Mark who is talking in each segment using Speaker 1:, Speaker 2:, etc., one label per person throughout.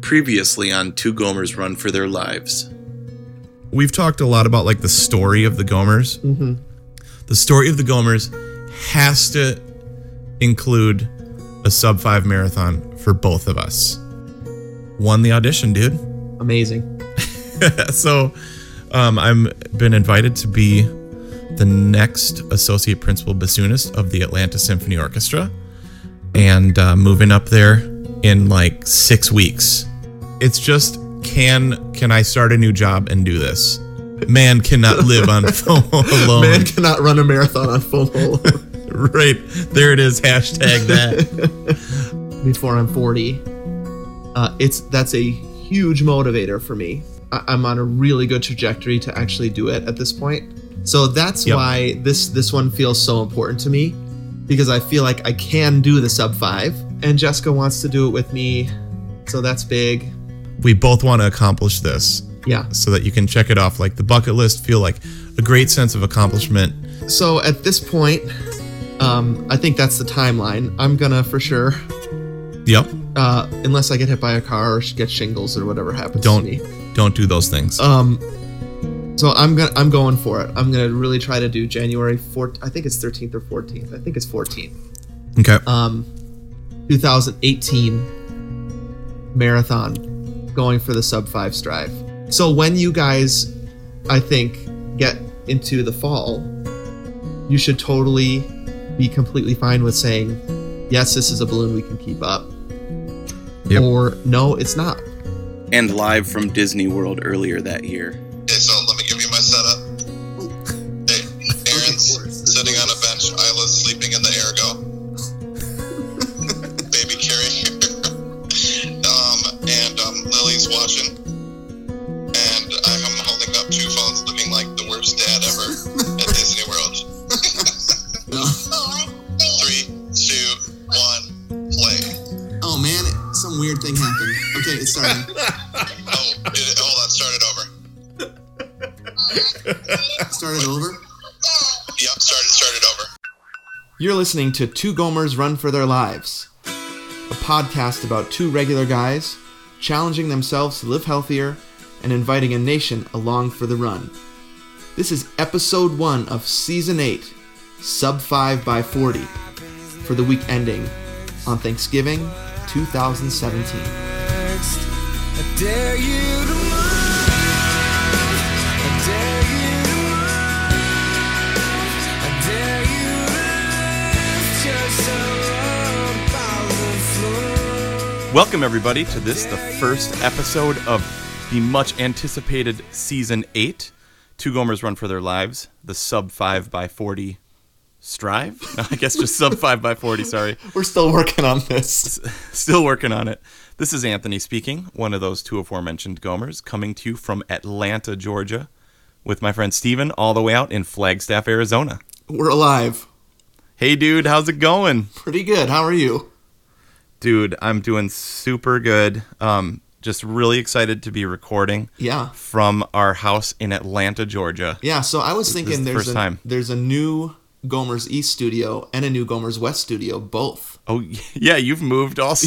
Speaker 1: previously on Two Gomers Run for Their Lives.
Speaker 2: We've talked a lot about like the story of the Gomers.
Speaker 3: Mm-hmm.
Speaker 2: The story of the Gomers has to include a sub five marathon for both of us. Won the audition, dude.
Speaker 3: Amazing.
Speaker 2: so um, I'm been invited to be the next associate principal bassoonist of the Atlanta Symphony Orchestra, and uh, moving up there in like six weeks. It's just can can I start a new job and do this? Man cannot live on FOMO alone.
Speaker 3: Man cannot run a marathon on FOMO
Speaker 2: Right there it is. Hashtag that.
Speaker 3: alone before I'm 40. Uh, it's that's a huge motivator for me. I, I'm on a really good trajectory to actually do it at this point. So that's
Speaker 2: Yep.
Speaker 3: why this this one feels so important to me because I feel like I can do the sub five, and Jessica wants to do it with me. So that's big.
Speaker 2: we both want to accomplish this
Speaker 3: Yeah.
Speaker 2: so that you can check it off like the bucket list. Feel like a great sense of accomplishment.
Speaker 3: So at this point, um, I think that's the timeline. I'm gonna for sure,
Speaker 2: Yep.
Speaker 3: uh, unless I get hit by a car or get shingles or whatever happens
Speaker 2: Don't-
Speaker 3: to me.
Speaker 2: Don't do those things.
Speaker 3: Um, so I'm gonna I'm going for it. I'm gonna really try to do January 4th. I think it's 13th or 14th. I think it's 14th.
Speaker 2: okay.
Speaker 3: Um, 2018 marathon, going for the sub five strive. So when you guys, I think, get into the fall, you should totally be completely fine with saying, yes, this is a balloon we can keep up,
Speaker 2: Yep.
Speaker 3: or no, it's not.
Speaker 1: And live from Disney World earlier that year.
Speaker 4: Okay, so let me give you my setup. Hey, Aaron's sitting on a bench, Isla's sleeping in the ergo. Baby carrier. um, and um, Lily's watching. And I'm holding up two phones looking like the worst dad ever at Disney World. Three, two, one, play.
Speaker 5: Oh man, some weird thing happened. Okay, it's starting.
Speaker 4: Oh, it, hold on, start it over.
Speaker 5: Started over.
Speaker 4: Yep, start it, start it over.
Speaker 3: You're listening to Two Gomers Run for Their Lives, a podcast about two regular guys challenging themselves to live healthier and inviting a nation along for the run. This is episode one of season eight, sub 5 by 40, for the week ending on Thanksgiving 2017.
Speaker 6: dare you to move. I dare you to move. I dare you to lift yourself up out the floor.
Speaker 7: Welcome, everybody, to this, the first episode of the much anticipated season eight Two Gomers Run for Their Lives, the sub 5 by 40 Strive. No, I guess just sub 5 by 40, sorry.
Speaker 3: We're still working on this.
Speaker 7: Still working on it. This is Anthony speaking, one of those two aforementioned Gomers, coming to you from Atlanta, Georgia, with my friend Steven, all the way out in Flagstaff, Arizona.
Speaker 3: We're alive.
Speaker 7: Hey, dude, how's it going?
Speaker 3: Pretty good. How are you?
Speaker 7: Dude, I'm doing super good. Um, just really excited to be recording.
Speaker 3: Yeah.
Speaker 7: from our house in Atlanta, Georgia.
Speaker 3: Yeah, so I was thinking
Speaker 7: the
Speaker 3: there's
Speaker 7: first
Speaker 3: a,
Speaker 7: time.
Speaker 3: there's a new Gomer's East studio and a new Gomer's West studio, both.
Speaker 7: Oh, yeah, you've moved also.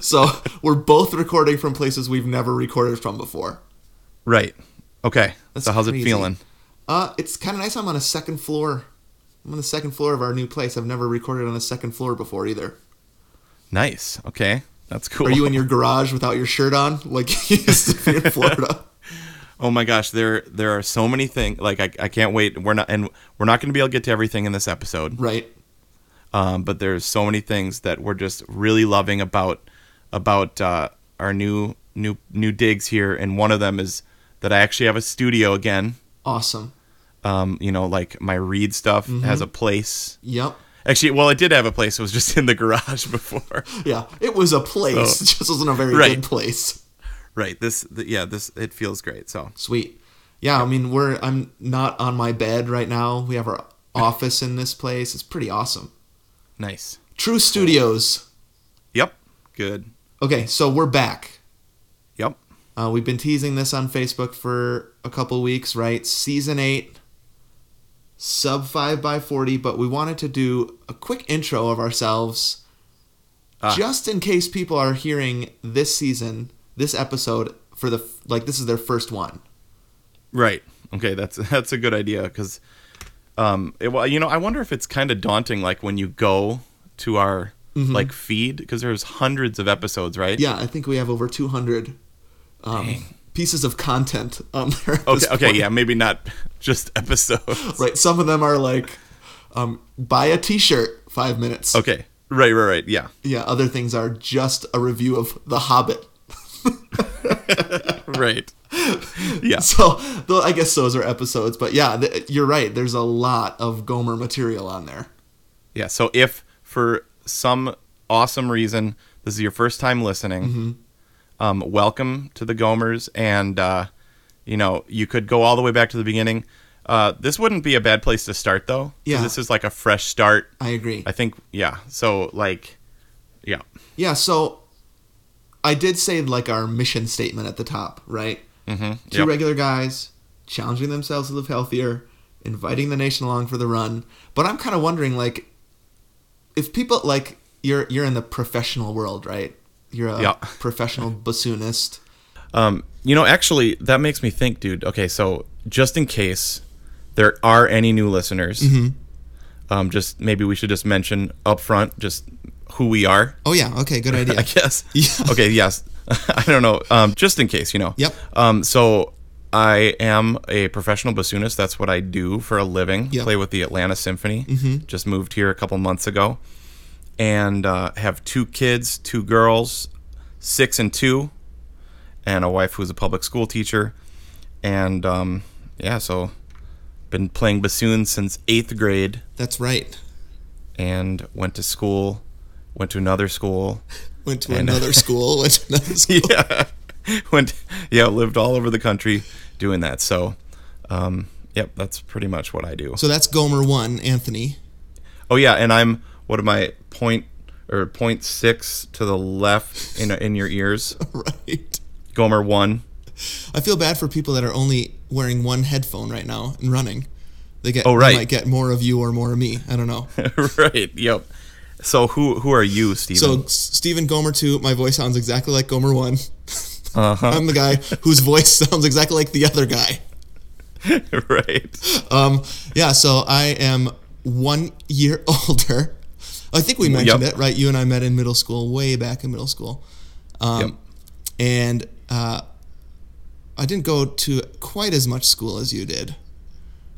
Speaker 3: So we're both recording from places we've never recorded from before.
Speaker 7: right. Okay.
Speaker 3: That's
Speaker 7: so how's
Speaker 3: crazy.
Speaker 7: it feeling?
Speaker 3: Uh, it's kind of nice. I'm on a second floor. I'm on the second floor of our new place. I've never recorded on a second floor before either.
Speaker 7: Nice. Okay. That's cool.
Speaker 3: Are you in your garage without your shirt on, like you used to be in Florida?
Speaker 7: oh my gosh, there there are so many things. Like I, I can't wait. We're not and we're not going to be able to get to everything in this episode.
Speaker 3: Right.
Speaker 7: Um, but there's so many things that we're just really loving about about uh, our new new new digs here, and one of them is that I actually have a studio again.
Speaker 3: Awesome.
Speaker 7: Um, you know, like my read stuff has a place.
Speaker 3: Yep.
Speaker 7: Actually, well, it did have a place. It was just in the garage before.
Speaker 3: Yeah. It was a place.
Speaker 7: Oh.
Speaker 3: It just wasn't a very
Speaker 7: Right.
Speaker 3: good place.
Speaker 7: right. This, the, yeah, this, it feels great. So,
Speaker 3: Sweet. Yeah, I mean, we're I'm not on my bed right now. We have our office in this place. It's pretty awesome.
Speaker 7: nice.
Speaker 3: True Studios.
Speaker 7: Yep. Good.
Speaker 3: Okay, so we're back.
Speaker 7: Yep.
Speaker 3: Uh, we've been teasing this on Facebook for a couple weeks, right? Season eight, sub five by forty. But we wanted to do a quick intro of ourselves,
Speaker 7: Ah.
Speaker 3: just in case people are hearing this season this episode for the f- like this is their first one.
Speaker 7: Right. Okay, that's that's a good idea because, um, it, well, you know, I wonder if it's kind of daunting, like when you go to our like feed because there's hundreds of episodes, right?
Speaker 3: Mm-hmm. Yeah, I think we have over 200 um, pieces of content on there. at
Speaker 7: Okay.
Speaker 3: this
Speaker 7: Okay.
Speaker 3: point.
Speaker 7: Yeah. Maybe not just episodes.
Speaker 3: Right. Some of them are like, um, buy a T-shirt, five minutes.
Speaker 7: Okay. Right. Right. Right. Yeah.
Speaker 3: Yeah. Other things are just a review of The Hobbit.
Speaker 7: Right. Yeah.
Speaker 3: So, though I guess those are episodes, but yeah, th- you're right. There's a lot of Gomer material on there.
Speaker 7: Yeah. So if for some awesome reason this is your first time listening, um, welcome to the Gomers, and uh, you know you could go all the way back to the beginning. Uh, this wouldn't be a bad place to start though. 'cause
Speaker 3: Yeah.
Speaker 7: This is like a fresh start.
Speaker 3: I agree.
Speaker 7: I think. Yeah. So like, yeah.
Speaker 3: Yeah. So, I did say like our mission statement at the top, right?
Speaker 7: Mm-hmm.
Speaker 3: Two regular guys challenging themselves to live healthier, inviting the nation along for the run. But I'm kind of wondering, like, if people like you're you're in the professional world, right? You're a
Speaker 7: Yeah.
Speaker 3: professional bassoonist.
Speaker 7: Um, you know, actually, that makes me think, dude. Okay, so just in case there are any new listeners, um, just maybe we should just mention up front just who we are.
Speaker 3: Oh yeah. Okay. Good idea.
Speaker 7: I guess. Okay. Yes. I don't know. Um, just in case, you know.
Speaker 3: Yep.
Speaker 7: Um, so I am a professional bassoonist. That's what I do for a living.
Speaker 3: Yep.
Speaker 7: Play with the Atlanta Symphony. Mm-hmm. Just moved here a couple months ago, and uh, have two kids, two girls, six and two, and a wife who's a public school teacher. And um, yeah, so been playing bassoon since eighth grade
Speaker 3: That's right.
Speaker 7: and went to school, went to another school.
Speaker 3: Went to
Speaker 7: And-
Speaker 3: another school. Went to another school.
Speaker 7: yeah went yeah lived all over the country doing that so um yep that's pretty much what i do
Speaker 3: So that's Gomer one, Anthony.
Speaker 7: oh yeah and i'm what am i point or point six to the left in in your ears
Speaker 3: Right.
Speaker 7: gomer one
Speaker 3: I feel bad for people that are only wearing one headphone right now and running. They get
Speaker 7: Oh,
Speaker 3: they
Speaker 7: right.
Speaker 3: might get more of you or more of me. I don't know.
Speaker 7: right yep so who who are you
Speaker 3: So
Speaker 7: steven
Speaker 3: Stephen Gomer two, my voice sounds exactly like Gomer one.
Speaker 7: Uh-huh.
Speaker 3: I'm the guy whose voice sounds exactly like the other guy.
Speaker 7: right
Speaker 3: Um, yeah, so I am one year older. I think we mentioned
Speaker 7: Yep.
Speaker 3: it, right? You and I met in middle school, way back in middle school, um,
Speaker 7: yep
Speaker 3: and uh, I didn't go to quite as much school as you did,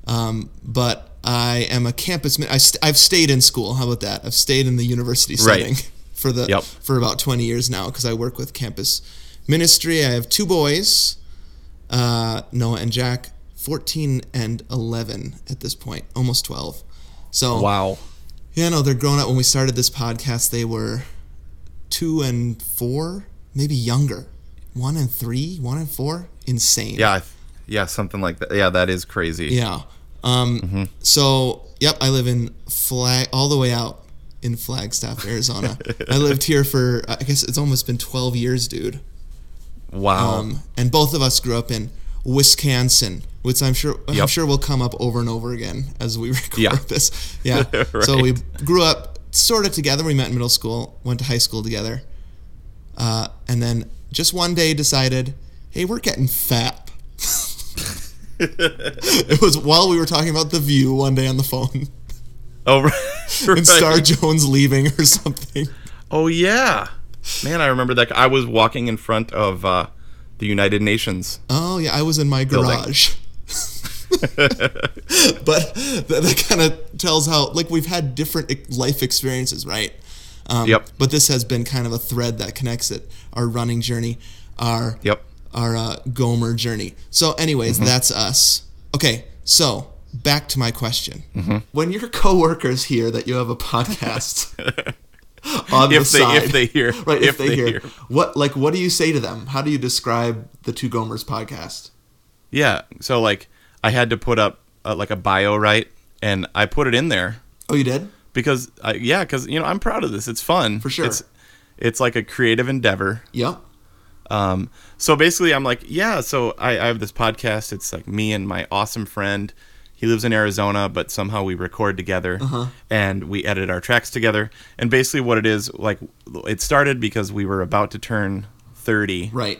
Speaker 3: um, but I am a campus. min- I st- I've stayed in school. How about that? I've stayed in the university
Speaker 7: Right.
Speaker 3: setting for the
Speaker 7: Yep.
Speaker 3: for about twenty years now because I work with campus ministry. I have two boys, uh, Noah and Jack, fourteen and eleven at this point, almost twelve. So
Speaker 7: wow
Speaker 3: yeah, no, they're grown up. When we started this podcast, they were two and four, maybe younger. One and three, one and four. Insane.
Speaker 7: yeah I th- yeah something like that yeah that is crazy
Speaker 3: Yeah. Um, So, yep, I live in Flag, all the way out in Flagstaff, Arizona. I lived here for, I guess it's almost been 12 years, dude.
Speaker 7: wow
Speaker 3: Um, and both of us grew up in Wisconsin, which I'm sure I'm
Speaker 7: Yep.
Speaker 3: sure will come up over and over again as we record
Speaker 7: Yeah.
Speaker 3: this. Yeah. So we grew up sort of together. We met in middle school, went to high school together, uh, and then just one day decided, hey, we're getting fat. it was while we were talking about the view one day on the phone
Speaker 7: oh right,
Speaker 3: and Star Jones leaving or something.
Speaker 7: Oh yeah, man, I remember that. I was walking in front of uh, the United Nations.
Speaker 3: Oh yeah, I was in my
Speaker 7: Building.
Speaker 3: garage. but that, that kind of tells how like we've had different e- life experiences, right? Um,
Speaker 7: Yep.
Speaker 3: But this has been kind of a thread that connects it: our running journey, our
Speaker 7: Yep. Mm-hmm.
Speaker 3: our uh, Gomer journey. So, anyways, that's us. Okay, so back to my question:
Speaker 7: Mm-hmm.
Speaker 3: When your coworkers hear that you have a podcast on
Speaker 7: If
Speaker 3: the
Speaker 7: they-
Speaker 3: side,
Speaker 7: if they hear.
Speaker 3: right? If,
Speaker 7: If
Speaker 3: they,
Speaker 7: they
Speaker 3: hear,
Speaker 7: hear.
Speaker 3: what like what do you say to them? How do you describe the Two Gomers podcast?
Speaker 7: Yeah. So like, I had to put up uh, like a bio, right? And I put it in there
Speaker 3: Oh, you did?
Speaker 7: because, I, yeah, because you know I'm proud of this. It's fun
Speaker 3: For sure.
Speaker 7: It's, it's like a creative endeavor.
Speaker 3: Yep.
Speaker 7: Um, so basically, I'm like, yeah. So I, I have this podcast. It's like me and my awesome friend. He lives in Arizona, but somehow we record together
Speaker 3: Uh-huh.
Speaker 7: and we edit our tracks together. And basically, what it is like, it started because we were about to turn 30
Speaker 3: Right.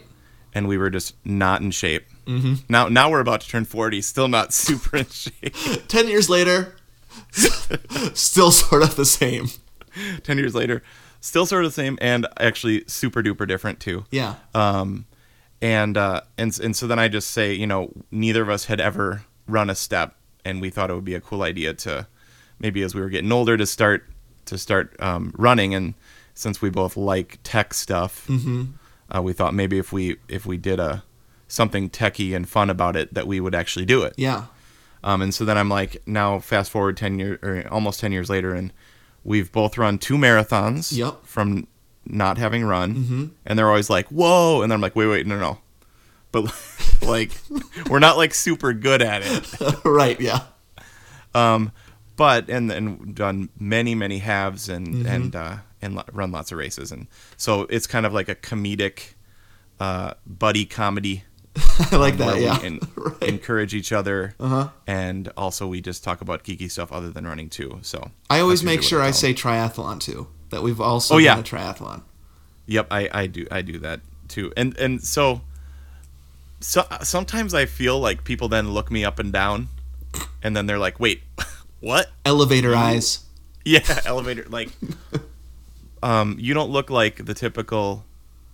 Speaker 7: and we were just not in shape. Mm-hmm. Now, now we're about to turn 40, still not super in shape.
Speaker 3: Ten years later, still sort of the same.
Speaker 7: 10 years later, still sort of the same and actually super duper different too.
Speaker 3: Yeah.
Speaker 7: Um, and, uh, and, and so then I just say, you know, neither of us had ever run a step and we thought it would be a cool idea to maybe as we were getting older to start, to start, um, running. And since we both like tech stuff, uh, we thought maybe if we, if we did a, something techie and fun about it that we would actually do it.
Speaker 3: yeah.
Speaker 7: Um, and so then I'm like, now fast forward 10 years or almost 10 years later, and we've both run two marathons
Speaker 3: Yep.
Speaker 7: from not having run. Mm-hmm. And they're always like, whoa. And then I'm like, wait, wait, no, no. But like, we're not like super good at it.
Speaker 3: right. Yeah.
Speaker 7: But, and and done many, many halves and, and, uh, and lo- run lots of races. And so it's kind of like a comedic, uh, buddy comedy
Speaker 3: I like that.
Speaker 7: where
Speaker 3: Yeah.
Speaker 7: we en-
Speaker 3: right.
Speaker 7: encourage each other, and also we just talk about geeky stuff other than running too. So
Speaker 3: I always
Speaker 7: that's usually
Speaker 3: make
Speaker 7: what
Speaker 3: sure I
Speaker 7: call it.
Speaker 3: say triathlon too. That we've also
Speaker 7: Oh, yeah.
Speaker 3: done a triathlon.
Speaker 7: Yep, I, I do I do that too, and and so, so sometimes I feel like people then look me up and down, and then they're like, wait, what?
Speaker 3: Elevator
Speaker 7: Mm-hmm.
Speaker 3: eyes.
Speaker 7: Yeah, elevator. Like, um, you don't look like the typical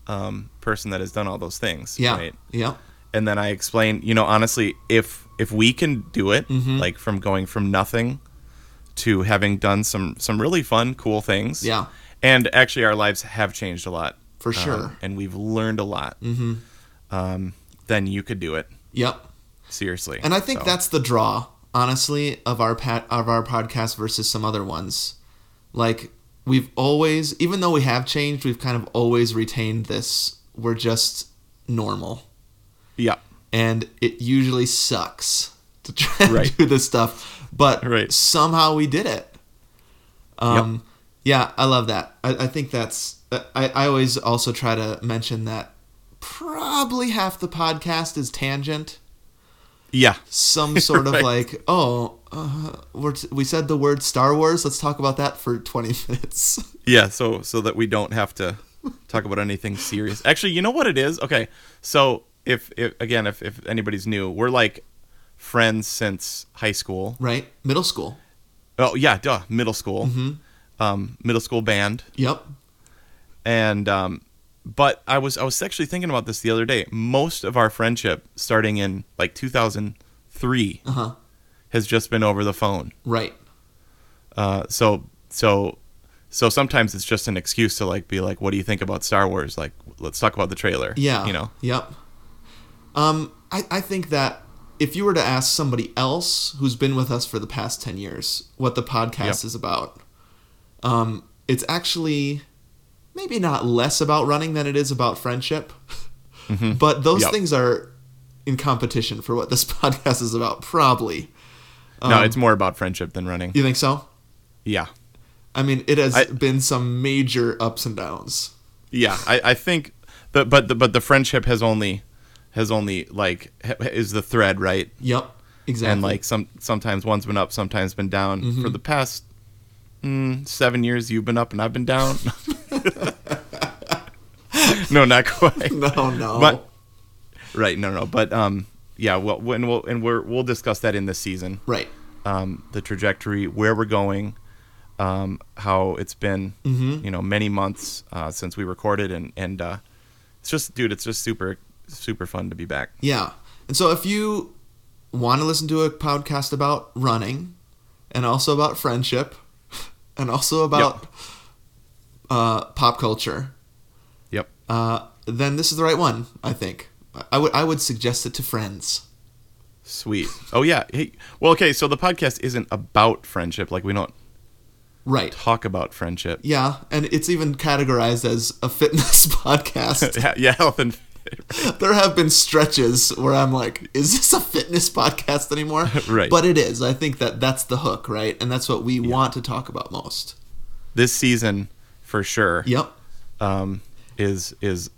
Speaker 7: um person that has done all those things.
Speaker 3: Yeah.
Speaker 7: Right?
Speaker 3: Yep.
Speaker 7: and then I explain, you know, honestly, if if we can do it,
Speaker 3: Mm-hmm.
Speaker 7: like from going from nothing to having done some some really fun, cool things,
Speaker 3: Yeah.
Speaker 7: and actually our lives have changed a lot
Speaker 3: For
Speaker 7: um,
Speaker 3: sure.
Speaker 7: and we've learned a lot. Mm-hmm. Um, then you could do it
Speaker 3: Yep.
Speaker 7: seriously,
Speaker 3: And I think
Speaker 7: So,
Speaker 3: that's the draw, honestly, of our pat of our podcast versus some other ones. Like we've always, even though we have changed, we've kind of always retained this. We're just normal,
Speaker 7: yeah,
Speaker 3: and it usually sucks to try and
Speaker 7: Right.
Speaker 3: do this stuff, but
Speaker 7: Right.
Speaker 3: somehow we did it.
Speaker 7: Yep.
Speaker 3: Um, Yeah, I love that. I, I think that's. I, I always also try to mention that probably half the podcast is tangent
Speaker 7: yeah,
Speaker 3: some sort of
Speaker 7: Right.
Speaker 3: like, oh, uh, we're t- we said the word Star Wars. Let's talk about that for twenty minutes.
Speaker 7: yeah. So so that we don't have to talk about anything serious. Actually, you know what it is? Okay, so if, if again, if if anybody's new, we're like friends since high school.
Speaker 3: right? Middle school.
Speaker 7: Oh yeah, duh. Middle school,
Speaker 3: Mm-hmm.
Speaker 7: um, middle school band,
Speaker 3: Yep.
Speaker 7: and um, but I was I was actually thinking about this the other day. Most of our friendship, starting in like 2003,
Speaker 3: Uh-huh.
Speaker 7: has just been over the phone.
Speaker 3: Right.
Speaker 7: Uh, so so so sometimes it's just an excuse to like be like, what do you think about Star Wars? Like, let's talk about the trailer.
Speaker 3: Yeah.
Speaker 7: you know.
Speaker 3: Yep. Um, I I think that if you were to ask somebody else who's been with us for the past ten years what the podcast
Speaker 7: Yep.
Speaker 3: is about, um, it's actually maybe not less about running than it is about friendship, but those
Speaker 7: Mm-hmm. Yep.
Speaker 3: things are in competition for what this podcast is about, probably.
Speaker 7: no,
Speaker 3: Um,
Speaker 7: it's more about friendship than running.
Speaker 3: You think so?
Speaker 7: Yeah.
Speaker 3: I mean, it has
Speaker 7: I-
Speaker 3: been some major ups and downs.
Speaker 7: Yeah, I, I think, the, but the, but the friendship has only has only like ha- is the thread right.
Speaker 3: Yep, exactly.
Speaker 7: and like some sometimes one's been up, sometimes been down. For the past mm, seven years, you've been up and I've been down. no, not quite.
Speaker 3: no, no,
Speaker 7: But right, no, no, but um, yeah. Well, when we'll and we're we'll discuss that in this season.
Speaker 3: right,
Speaker 7: Um, the trajectory, where we're going, um, how it's been, you know, many months uh, since we recorded, and and uh, it's just, dude, it's just super super fun to be back.
Speaker 3: yeah. And so, if you want to listen to a podcast about running, and also about friendship, and also about uh, pop culture,
Speaker 7: Yep.
Speaker 3: uh, then this is the right one, I think. I- I would I would suggest it to friends.
Speaker 7: Sweet. Oh yeah. Hey, well, okay. So the podcast isn't about friendship. Like we don't
Speaker 3: Right.
Speaker 7: talk about friendship.
Speaker 3: Yeah, and it's even categorized as a fitness podcast.
Speaker 7: Yeah. Yeah. Health and
Speaker 3: there have been stretches where I'm like, is this a fitness podcast anymore?
Speaker 7: Right.
Speaker 3: But it is. I think that that's the hook, right? And that's what we want to talk about most.
Speaker 7: this season for sure.
Speaker 3: Yep.
Speaker 7: Um, is is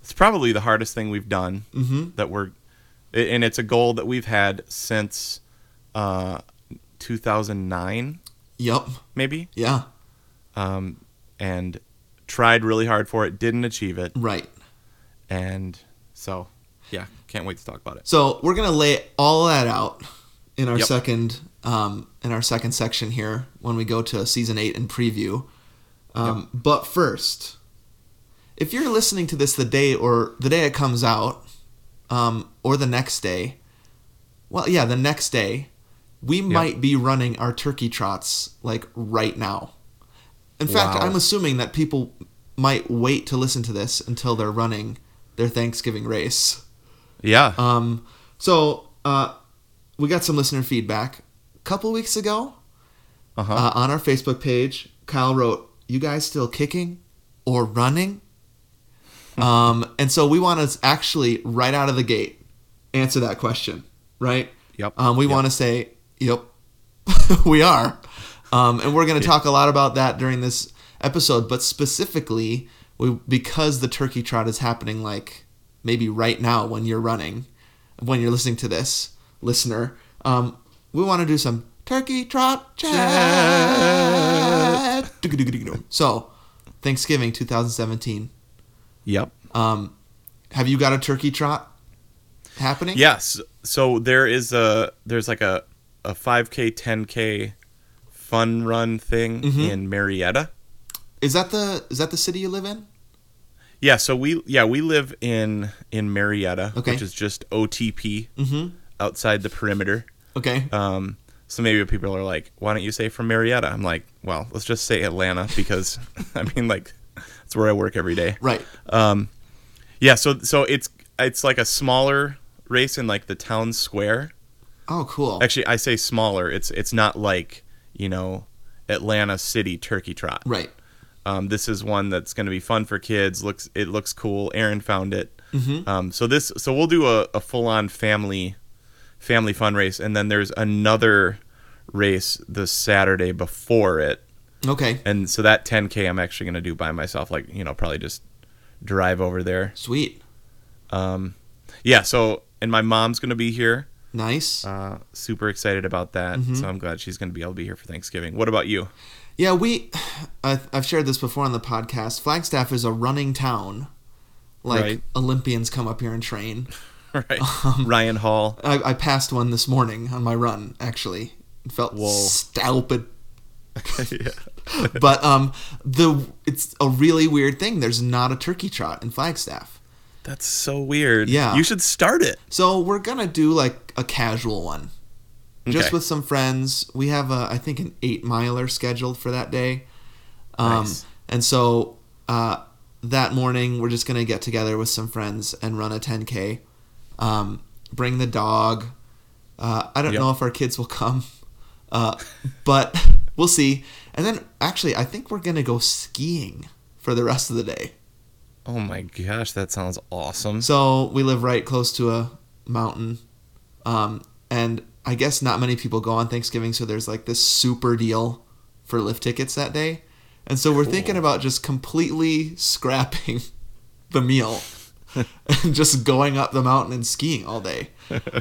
Speaker 7: it's probably the hardest thing we've done that we're, and it's a goal that we've had since uh, 2009
Speaker 3: Yep.
Speaker 7: maybe,
Speaker 3: Yeah.
Speaker 7: and tried really hard for it, didn't achieve it,
Speaker 3: Right.
Speaker 7: And so, yeah, can't wait to talk about it.
Speaker 3: So we're gonna lay all that out in our
Speaker 7: Yep.
Speaker 3: second um, in our second section here when we go to season eight and preview. Um, But first, if you're listening to this the day or the day it comes out, um, or the next day, well, yeah, the next day, we might be running our turkey trots like right now. In fact,
Speaker 7: Wow.
Speaker 3: I'm assuming that people might wait to listen to this until they're running their Thanksgiving race.
Speaker 7: Yeah.
Speaker 3: Um, so uh, we got some listener feedback a couple weeks ago
Speaker 7: Uh-huh.
Speaker 3: uh, on our Facebook page. Kyle wrote, "You guys still kicking or running?" um, and so we want to actually right out of the gate answer that question, right?
Speaker 7: Yep.
Speaker 3: Um, we
Speaker 7: Yep.
Speaker 3: want to say, "Yep, we are," um, and we're going to talk a lot about that during this episode, but specifically. We, because the turkey trot is happening like maybe right now when you're running, when you're listening to this, listener, um, we want to do some turkey trot chat. So, Thanksgiving 2017.
Speaker 7: yep.
Speaker 3: Um, have you got a turkey trot happening?
Speaker 7: Yes. So there is a there's like a a 5k 10k fun run thing
Speaker 3: Mm-hmm.
Speaker 7: in Marietta.
Speaker 3: Is that the is that the city you live in?
Speaker 7: Yeah, so we yeah, we live in in Marietta,
Speaker 3: Okay.
Speaker 7: which is just OTP
Speaker 3: Mm-hmm.
Speaker 7: outside the perimeter.
Speaker 3: Okay.
Speaker 7: Um so maybe people are like, "Why don't you say from Marietta?" I'm like, "Well, let's just say Atlanta because I mean like that's where I work every day."
Speaker 3: right.
Speaker 7: Yeah, so so it's it's like a smaller race in like the town square.
Speaker 3: Oh, cool.
Speaker 7: Actually, I say smaller. It's it's not like you know Atlanta City Turkey Trot.
Speaker 3: Right.
Speaker 7: Um, this is one that's going to be fun for kids. looks It looks cool. Aaron found it. Um, so this so we'll do a, a full on family family fun race, and then there's another race the Saturday before it,
Speaker 3: Okay.
Speaker 7: and so that 10k I'm actually going to do by myself. Like you know probably just drive over there. Um,
Speaker 3: Sweet.
Speaker 7: Yeah. So and my mom's going to be here.
Speaker 3: Nice.
Speaker 7: Uh, super excited about that.
Speaker 3: Mm-hmm.
Speaker 7: So I'm glad she's going to be able to be here for Thanksgiving. What about you?
Speaker 3: Yeah, we. I, I've shared this before on the podcast. Flagstaff is a running town. Like
Speaker 7: Right.
Speaker 3: Olympians come up here and train.
Speaker 7: right.
Speaker 3: Um,
Speaker 7: Ryan Hall.
Speaker 3: I, I passed one this morning on my run. Actually, it felt
Speaker 7: Whoa.
Speaker 3: stupid.
Speaker 7: yeah.
Speaker 3: But um, the it's a really weird thing. There's not a turkey trot in Flagstaff,
Speaker 7: That's so weird.
Speaker 3: Yeah.
Speaker 7: You should start it.
Speaker 3: so we're gonna do like a casual one, just
Speaker 7: Okay.
Speaker 3: with some friends. We have a, I think an eight miler scheduled for that day. Um,
Speaker 7: Nice.
Speaker 3: And so uh, that morning, we're just going to get together with some friends and run a 10K. Um, bring the dog. Uh, I don't
Speaker 7: Yep.
Speaker 3: know if our kids will come, uh, but we'll see. And then actually, I think we're going to go skiing for the rest of the day.
Speaker 7: Oh my gosh, that sounds awesome.
Speaker 3: So we live right close to a mountain. Um, and I guess not many people go on Thanksgiving, so there's like this super deal for lift tickets that day. And so we're thinking about just completely scrapping the meal and just going up the mountain and skiing all day.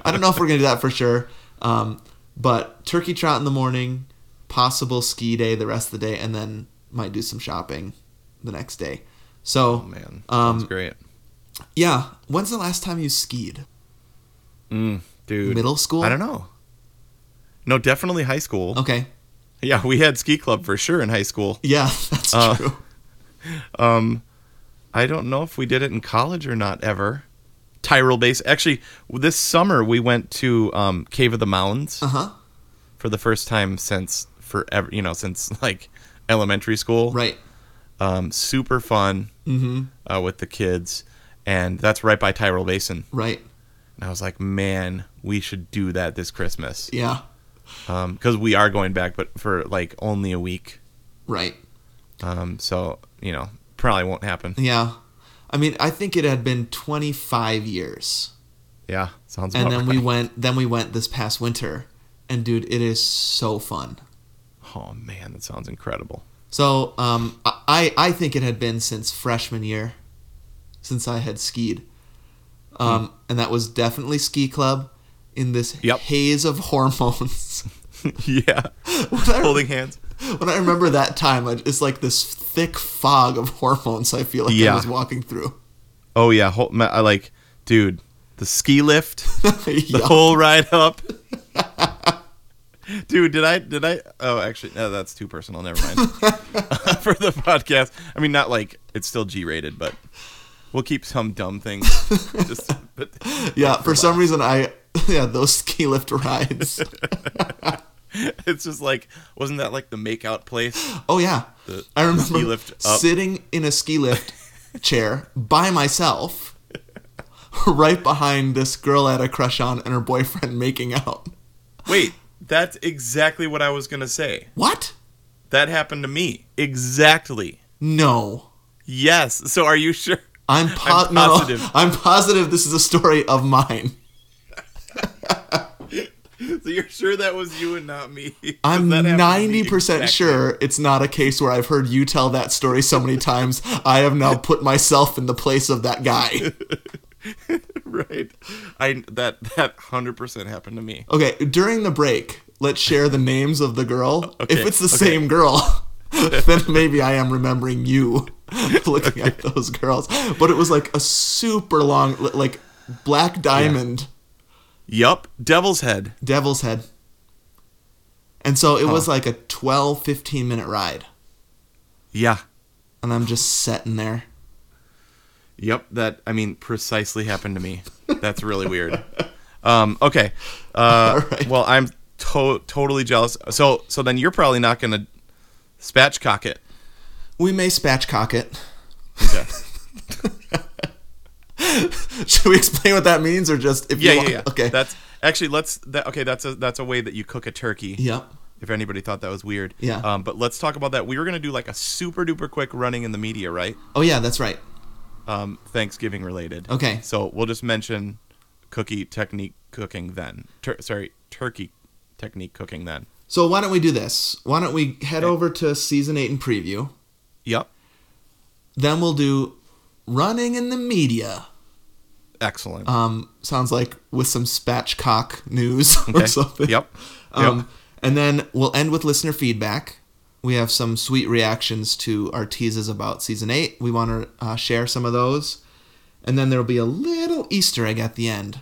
Speaker 3: I don't know if we're going to do that for sure. Um, but turkey trot in the morning, possible ski day the rest of the day, and then might do some shopping the next day. So,
Speaker 7: oh man,
Speaker 3: um,
Speaker 7: sounds great,
Speaker 3: yeah. When's the last time you skied?
Speaker 7: dude.
Speaker 3: Middle school? Oh.
Speaker 7: I don't know. No, definitely high school.
Speaker 3: Okay.
Speaker 7: Yeah, we had ski club for sure in high school.
Speaker 3: Yeah, that's
Speaker 7: Uh,
Speaker 3: true.
Speaker 7: Um, I don't know if we did it in college or not ever. Tyrol base. Actually, this summer we went to um, Cave of the Mounds
Speaker 3: Uh huh.
Speaker 7: for the first time since forever. You know, since like elementary school.
Speaker 3: Right. Mm-hmm.
Speaker 7: Um, super fun uh, with the kids, and that's right by Tyrol Basin.
Speaker 3: Right.
Speaker 7: And I was like, man, we should do that this Christmas.
Speaker 3: Yeah.
Speaker 7: Because we are going back, but for like only a week.
Speaker 3: Right.
Speaker 7: Um, so, you know, probably won't happen.
Speaker 3: Yeah. I mean, I think it had been 25 years,
Speaker 7: Yeah. Sounds
Speaker 3: and
Speaker 7: about
Speaker 3: then we
Speaker 7: right.
Speaker 3: went. Then we went this past winter, and dude, it is so fun.
Speaker 7: Oh, man, that sounds incredible.
Speaker 3: So, um, I I I think it had been since freshman year, since I had skied, um, and that was definitely ski club, in this
Speaker 7: Hmm. Yep.
Speaker 3: haze of hormones.
Speaker 7: yeah. Holding hands.
Speaker 3: when I remember that time, I- it's like this thick fog of hormones I feel like I
Speaker 7: Yeah.
Speaker 3: was walking through.
Speaker 7: Oh yeah, whole, ma- I like, dude, the ski lift, the
Speaker 3: Yeah.
Speaker 7: whole ride up. dude, did I did I? Oh, actually, no, that's too personal. Never mind. For the podcast, I mean, not like it's still G rated, but we'll keep some dumb things. Just, but
Speaker 3: yeah, for some reason I yeah, those ski lift rides.
Speaker 7: it's just like, wasn't that like the makeout place?
Speaker 3: Oh yeah. I remember
Speaker 7: ski lift up.
Speaker 3: sitting in a ski lift chair by myself right behind this girl I had a crush on and her boyfriend making out.
Speaker 7: Wait, that's exactly what I was gonna say.
Speaker 3: What?
Speaker 7: That happened to me. Exactly.
Speaker 3: No.
Speaker 7: Yes. So are you sure?
Speaker 3: I'm, po-
Speaker 7: I'm
Speaker 3: positive.
Speaker 7: positive.
Speaker 3: I'm positive this is a story of mine.
Speaker 7: So you're sure that was you and not me? 'Cause
Speaker 3: I'm
Speaker 7: that happened to me
Speaker 3: 90%
Speaker 7: exactly.
Speaker 3: sure it's not a case where I've heard you tell that story so many times. I have now put myself in the place of that guy.
Speaker 7: Right. I that that hundred percent happened to me.
Speaker 3: Okay, during the break, let's share the names of the girl.
Speaker 7: Okay,
Speaker 3: If it's the
Speaker 7: okay.
Speaker 3: same girl, then maybe I am remembering you looking at those girls. But it was like a super long, li- like Black Diamond,
Speaker 7: Yup. Devil's Head.
Speaker 3: Devil's Head. And so it was like a 12, 15 minute ride.
Speaker 7: Yeah.
Speaker 3: And I'm just sitting there.
Speaker 7: Yep. That I mean precisely happened to me. That's really weird. Um. Okay. Uh.
Speaker 3: All right.
Speaker 7: Well, I'm to- totally jealous. So so then you're probably not gonna spatchcock it.
Speaker 3: We may spatchcock it.
Speaker 7: Okay.
Speaker 3: Should we explain what that means or just if
Speaker 7: Yeah,
Speaker 3: you
Speaker 7: yeah,
Speaker 3: want?
Speaker 7: yeah.
Speaker 3: Okay.
Speaker 7: That's actually let's. That, okay, that's a that's a way that you cook a turkey.
Speaker 3: yep.
Speaker 7: If anybody thought that was weird.
Speaker 3: Yeah.
Speaker 7: Um, but let's talk about that. We were gonna do like a super duper quick running in the media, right?
Speaker 3: Oh yeah, that's right.
Speaker 7: Um, Thanksgiving related.
Speaker 3: Okay.
Speaker 7: So we'll just mention cookie technique cooking then. Tur- sorry, turkey technique cooking then.
Speaker 3: So why don't we do this? Why don't we head over to season 8 and preview?
Speaker 7: Yep.
Speaker 3: Then we'll do running in the media.
Speaker 7: Excellent.
Speaker 3: Um, sounds like with some spatchcock news or
Speaker 7: Okay.
Speaker 3: something.
Speaker 7: Yep.
Speaker 3: Um,
Speaker 7: Yep.
Speaker 3: And then we'll end with listener feedback. We have some sweet reactions to our teases about season eight. We want to uh, share some of those. And then there'll be a little Easter egg at the end.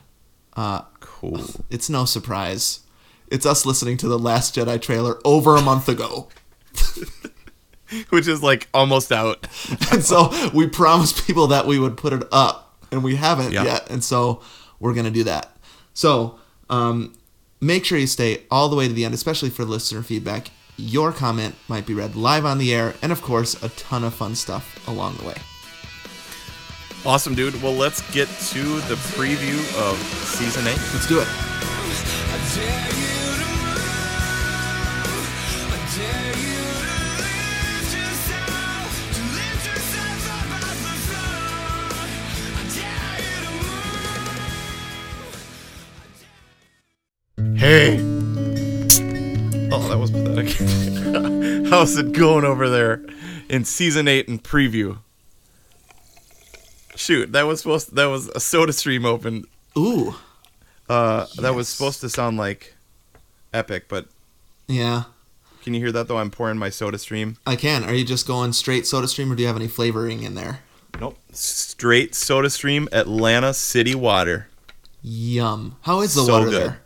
Speaker 3: Uh,
Speaker 7: cool.
Speaker 3: it's no surprise. It's us listening to the Last Jedi trailer over a month ago.
Speaker 7: Which is like almost out.
Speaker 3: and so we promised people that we would put it up and we haven't
Speaker 7: Yeah.
Speaker 3: yet and so we're gonna do that so um, make sure you stay all the way to the end especially for listener feedback your comment might be read live on the air and of course a ton of fun stuff along the way
Speaker 7: Awesome, dude. Well, let's get to the preview of season eight.
Speaker 3: let's do it
Speaker 7: Hey. Oh, that was pathetic. How's it going over there in season eight and preview? Shoot, that was supposed. That was a Soda Stream open.
Speaker 3: ooh
Speaker 7: Uh, That was supposed to sound like epic, but
Speaker 3: yeah
Speaker 7: can you hear that though? I'm pouring my Soda Stream.
Speaker 3: i can are you just going straight soda stream or do you have any flavoring in there
Speaker 7: Nope. Straight Soda Stream, Atlanta City Water.
Speaker 3: yum how is the
Speaker 7: So
Speaker 3: water
Speaker 7: good.
Speaker 3: there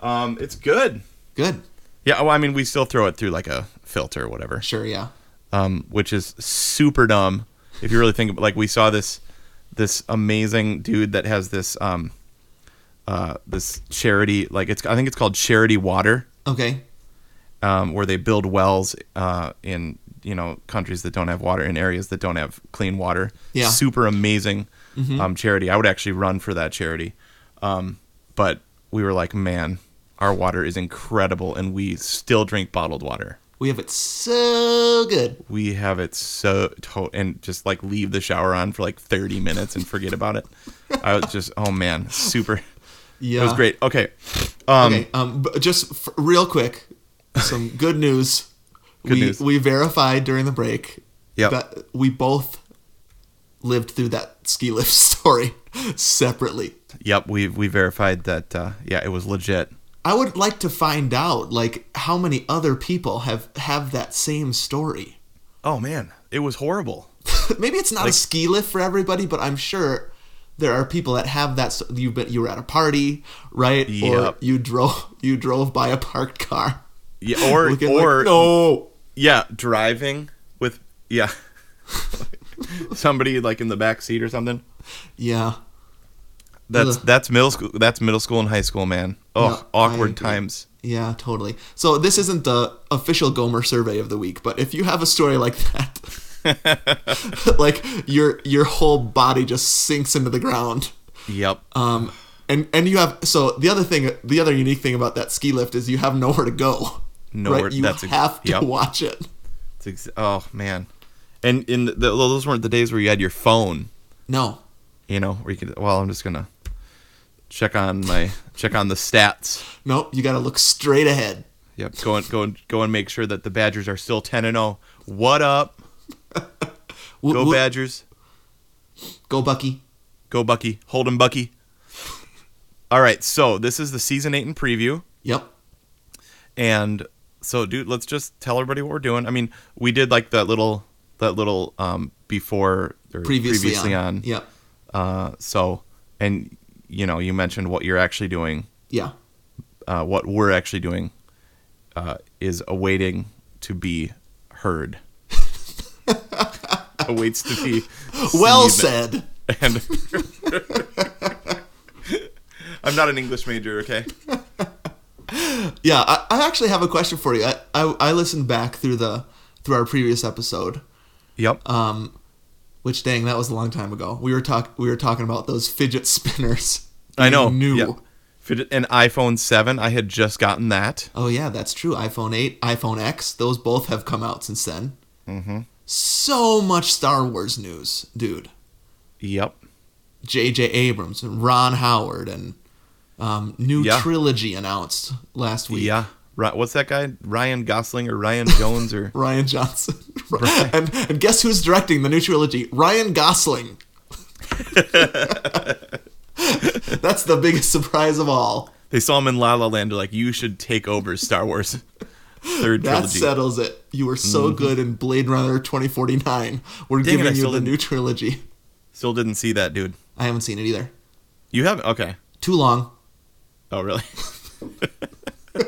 Speaker 7: Um, it's good.
Speaker 3: good
Speaker 7: Yeah. Well, I mean, we still throw it through like a filter or whatever.
Speaker 3: sure yeah
Speaker 7: um, which is super dumb. If you really think like we saw this this amazing dude that has this um, uh, this charity like it's I think it's called Charity Water
Speaker 3: okay
Speaker 7: um, where they build wells uh, in you know countries that don't have water in areas that don't have clean water.
Speaker 3: Yeah. Mm-hmm.
Speaker 7: super amazing um, charity. I would actually run for that charity, um, but we were like, man, our water is incredible, and we still drink bottled water
Speaker 3: we have it so good
Speaker 7: we have it so to- and just like leave the shower on for like 30 minutes and forget about it i was just oh man super
Speaker 3: yeah
Speaker 7: it was great okay um
Speaker 3: Okay, um, b- just f- real quick, some good news.
Speaker 7: Good
Speaker 3: we
Speaker 7: news.
Speaker 3: we verified during the break
Speaker 7: Yep.
Speaker 3: that we both lived through that ski lift story separately.
Speaker 7: yep we we verified that uh yeah it was legit
Speaker 3: I would like to find out like how many other people have have that same story.
Speaker 7: oh man it was horrible
Speaker 3: Maybe it's not a
Speaker 7: Like-
Speaker 3: ski lift for everybody, but I'm sure there are people that have that. So you but you were at a party, right? Or
Speaker 7: Yep.
Speaker 3: you drove you drove by a parked car.
Speaker 7: Yeah, or
Speaker 3: Looking like,
Speaker 7: or
Speaker 3: no.
Speaker 7: yeah, driving with yeah, somebody like in the back seat or something.
Speaker 3: Yeah.
Speaker 7: That's
Speaker 3: Ugh.
Speaker 7: that's middle school. That's middle school and high school, man. Oh,
Speaker 3: Yeah, I
Speaker 7: awkward
Speaker 3: agree.
Speaker 7: times.
Speaker 3: Yeah, totally. So this isn't the official Gomer survey of the week, but if you have a story like that, like your your whole body just sinks into the ground.
Speaker 7: Yep.
Speaker 3: Um, and and you have so the other thing, the other unique thing about that ski lift is you have nowhere to go.
Speaker 7: Nowhere-
Speaker 3: Right? You
Speaker 7: that's ex-
Speaker 3: have to
Speaker 7: yep.
Speaker 3: watch it.
Speaker 7: It's ex- oh man, and in the, those weren't the days where you had your phone.
Speaker 3: No.
Speaker 7: You know, where you could. Well, I'm just gonna check on my check on the stats.
Speaker 3: No, you got to look straight ahead.
Speaker 7: Yep. Go and go and go and make sure that the Badgers are still ten and zero. What up?
Speaker 3: W-
Speaker 7: Go
Speaker 3: w-
Speaker 7: Badgers.
Speaker 3: Go Bucky.
Speaker 7: Go Bucky. Hold 'em Bucky. All right. So this is the season eight in preview.
Speaker 3: Yep.
Speaker 7: And so, dude, let's just tell everybody what we're doing. I mean, we did like that little that little um before or
Speaker 3: Previously, on.
Speaker 7: on.
Speaker 3: Yep.
Speaker 7: Uh, so, and you know, you mentioned what you're actually doing.
Speaker 3: Yeah.
Speaker 7: Uh, what we're actually doing uh, is awaiting to be heard. Awaits to be
Speaker 3: Well
Speaker 7: seen.
Speaker 3: said.
Speaker 7: And I'm not an English major, okay?
Speaker 3: Yeah, I, I actually have a question for you. I, I I listened back through the through our previous episode,
Speaker 7: Yep.
Speaker 3: which dang, that was a long time ago. We were talk we were talking about those fidget spinners.
Speaker 7: I know.
Speaker 3: You knew.
Speaker 7: yeah. Fidget- An iPhone 7. I had just gotten that.
Speaker 3: Oh yeah, that's true. iPhone 8, iPhone X, those both have come out since then. Mm-hmm. So much Star Wars news, dude.
Speaker 7: Yep.
Speaker 3: J.J. Abrams and Ron Howard and um, new
Speaker 7: Yeah.
Speaker 3: trilogy announced last week.
Speaker 7: Yeah. Ri- What's that guy? Ryan Gosling or Ryan Jones or
Speaker 3: Ryan Johnson. and, and guess who's directing the new trilogy? Ryan Gosling. That's the biggest surprise of all.
Speaker 7: they saw him in La La Land. They're like, you should take over Star Wars third
Speaker 3: That
Speaker 7: trilogy.
Speaker 3: settles it. You were so good in Blade Runner 2049. We're
Speaker 7: Dang it, I
Speaker 3: giving you
Speaker 7: still
Speaker 3: the
Speaker 7: didn't-
Speaker 3: new trilogy.
Speaker 7: Still didn't see that dude.
Speaker 3: I haven't seen it either.
Speaker 7: You haven't? Okay.
Speaker 3: Too long.
Speaker 7: Oh, really?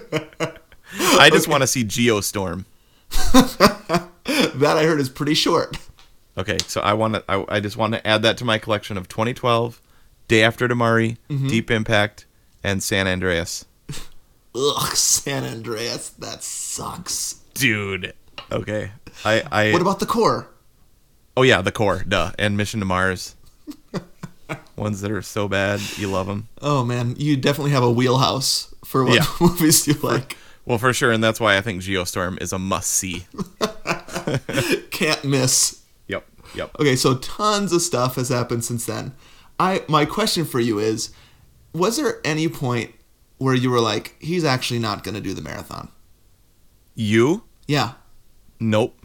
Speaker 7: I just want to see Geostorm.
Speaker 3: That I heard is pretty short.
Speaker 7: Okay, so I want to. I, I just want to add that to my collection of 2012, Day After Tomorrow,
Speaker 3: Mm-hmm.
Speaker 7: Deep Impact, and San Andreas.
Speaker 3: Ugh, San Andreas. That sucks.
Speaker 7: Dude. Okay. I. I
Speaker 3: What about the core?
Speaker 7: Oh yeah, the core, duh, and Mission to Mars. Ones that are so bad you love them.
Speaker 3: Oh man, you definitely have a wheelhouse for what
Speaker 7: Yeah.
Speaker 3: movies you like.
Speaker 7: Well, for sure, and that's why I think Geostorm is a must see.
Speaker 3: Can't miss.
Speaker 7: Yep, yep.
Speaker 3: Okay, so tons of stuff has happened since then. I my question for you is, was there any point where you were like, he's actually not going to do the marathon?
Speaker 7: You?
Speaker 3: Yeah,
Speaker 7: Nope.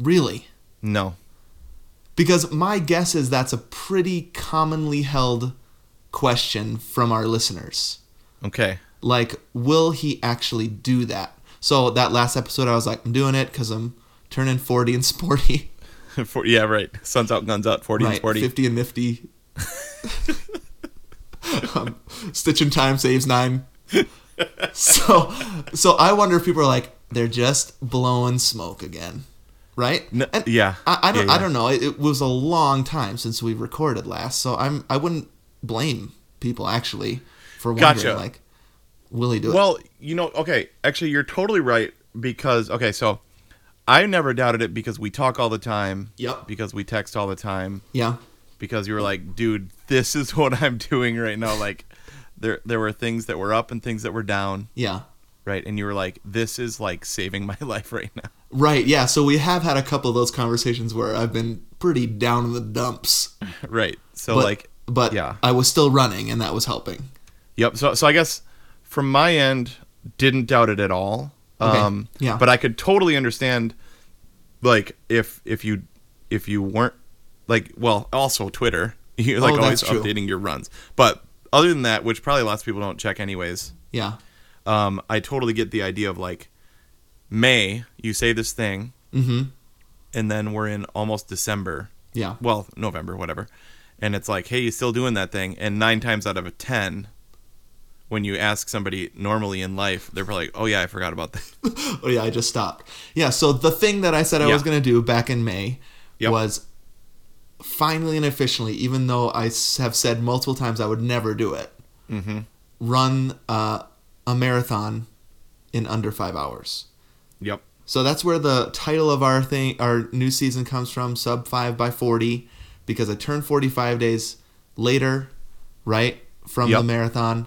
Speaker 3: really?
Speaker 7: No.
Speaker 3: Because my guess is that's a pretty commonly held question from our listeners.
Speaker 7: Okay.
Speaker 3: Like, will he actually do that? So that last episode, I was like, I'm doing it because I'm turning 40 and sporty.
Speaker 7: For, yeah, right. Sun's out, guns out. Forty and
Speaker 3: Right,
Speaker 7: forty.
Speaker 3: 50 and nifty. um, Stitch in time saves nine. So, so I wonder if people are like they're just blowing smoke again, right?
Speaker 7: N- yeah.
Speaker 3: I, I don't.
Speaker 7: Yeah,
Speaker 3: I
Speaker 7: yeah.
Speaker 3: don't know. It, it was a long time since we recorded last, so I'm. I wouldn't blame people actually for wondering
Speaker 7: Gotcha.
Speaker 3: like, will he do it?
Speaker 7: Well, you know, okay. Actually, you're totally right because okay, so I never doubted it because we talk all the time.
Speaker 3: Yep.
Speaker 7: Because we text all the time.
Speaker 3: Yeah.
Speaker 7: because you were like, dude, this is what I'm doing right now. Like, there there were things that were up and things that were down,
Speaker 3: Yeah.
Speaker 7: right? And you were like, this is like saving my life right now.
Speaker 3: Right. Yeah. So we have had a couple of those conversations where I've been pretty down in the dumps.
Speaker 7: right. So
Speaker 3: but,
Speaker 7: like,
Speaker 3: but
Speaker 7: yeah.
Speaker 3: I was still running, and that was helping.
Speaker 7: yep. So so I guess from my end, didn't doubt it at all.
Speaker 3: Okay,
Speaker 7: Um,
Speaker 3: yeah.
Speaker 7: But I could totally understand, like, if if you if you weren't like, well, also Twitter, you're like
Speaker 3: Oh,
Speaker 7: always
Speaker 3: that's true.
Speaker 7: updating your runs. But other than that, which probably lots of people don't check anyways.
Speaker 3: Yeah,
Speaker 7: um, I totally get the idea of like May, you say this thing, and then we're in almost December.
Speaker 3: Mm-hmm. Yeah.
Speaker 7: Well, November, whatever. And it's like, hey, you still doing that thing? And nine times out of ten, when you ask somebody normally in life, they're probably like, oh yeah, I forgot about that.
Speaker 3: Oh yeah, I just stopped. Yeah, so the thing that I said I
Speaker 7: Yeah.
Speaker 3: was gonna do back in May
Speaker 7: Yep.
Speaker 3: was finally and officially, even though I s- have said multiple times I would never do it,
Speaker 7: Mm-hmm.
Speaker 3: run uh, a marathon in under five hours.
Speaker 7: yep.
Speaker 3: So that's where the title of our thing, our new season comes from, sub five by forty, because I turned forty-five days later, right from
Speaker 7: Yep.
Speaker 3: the marathon.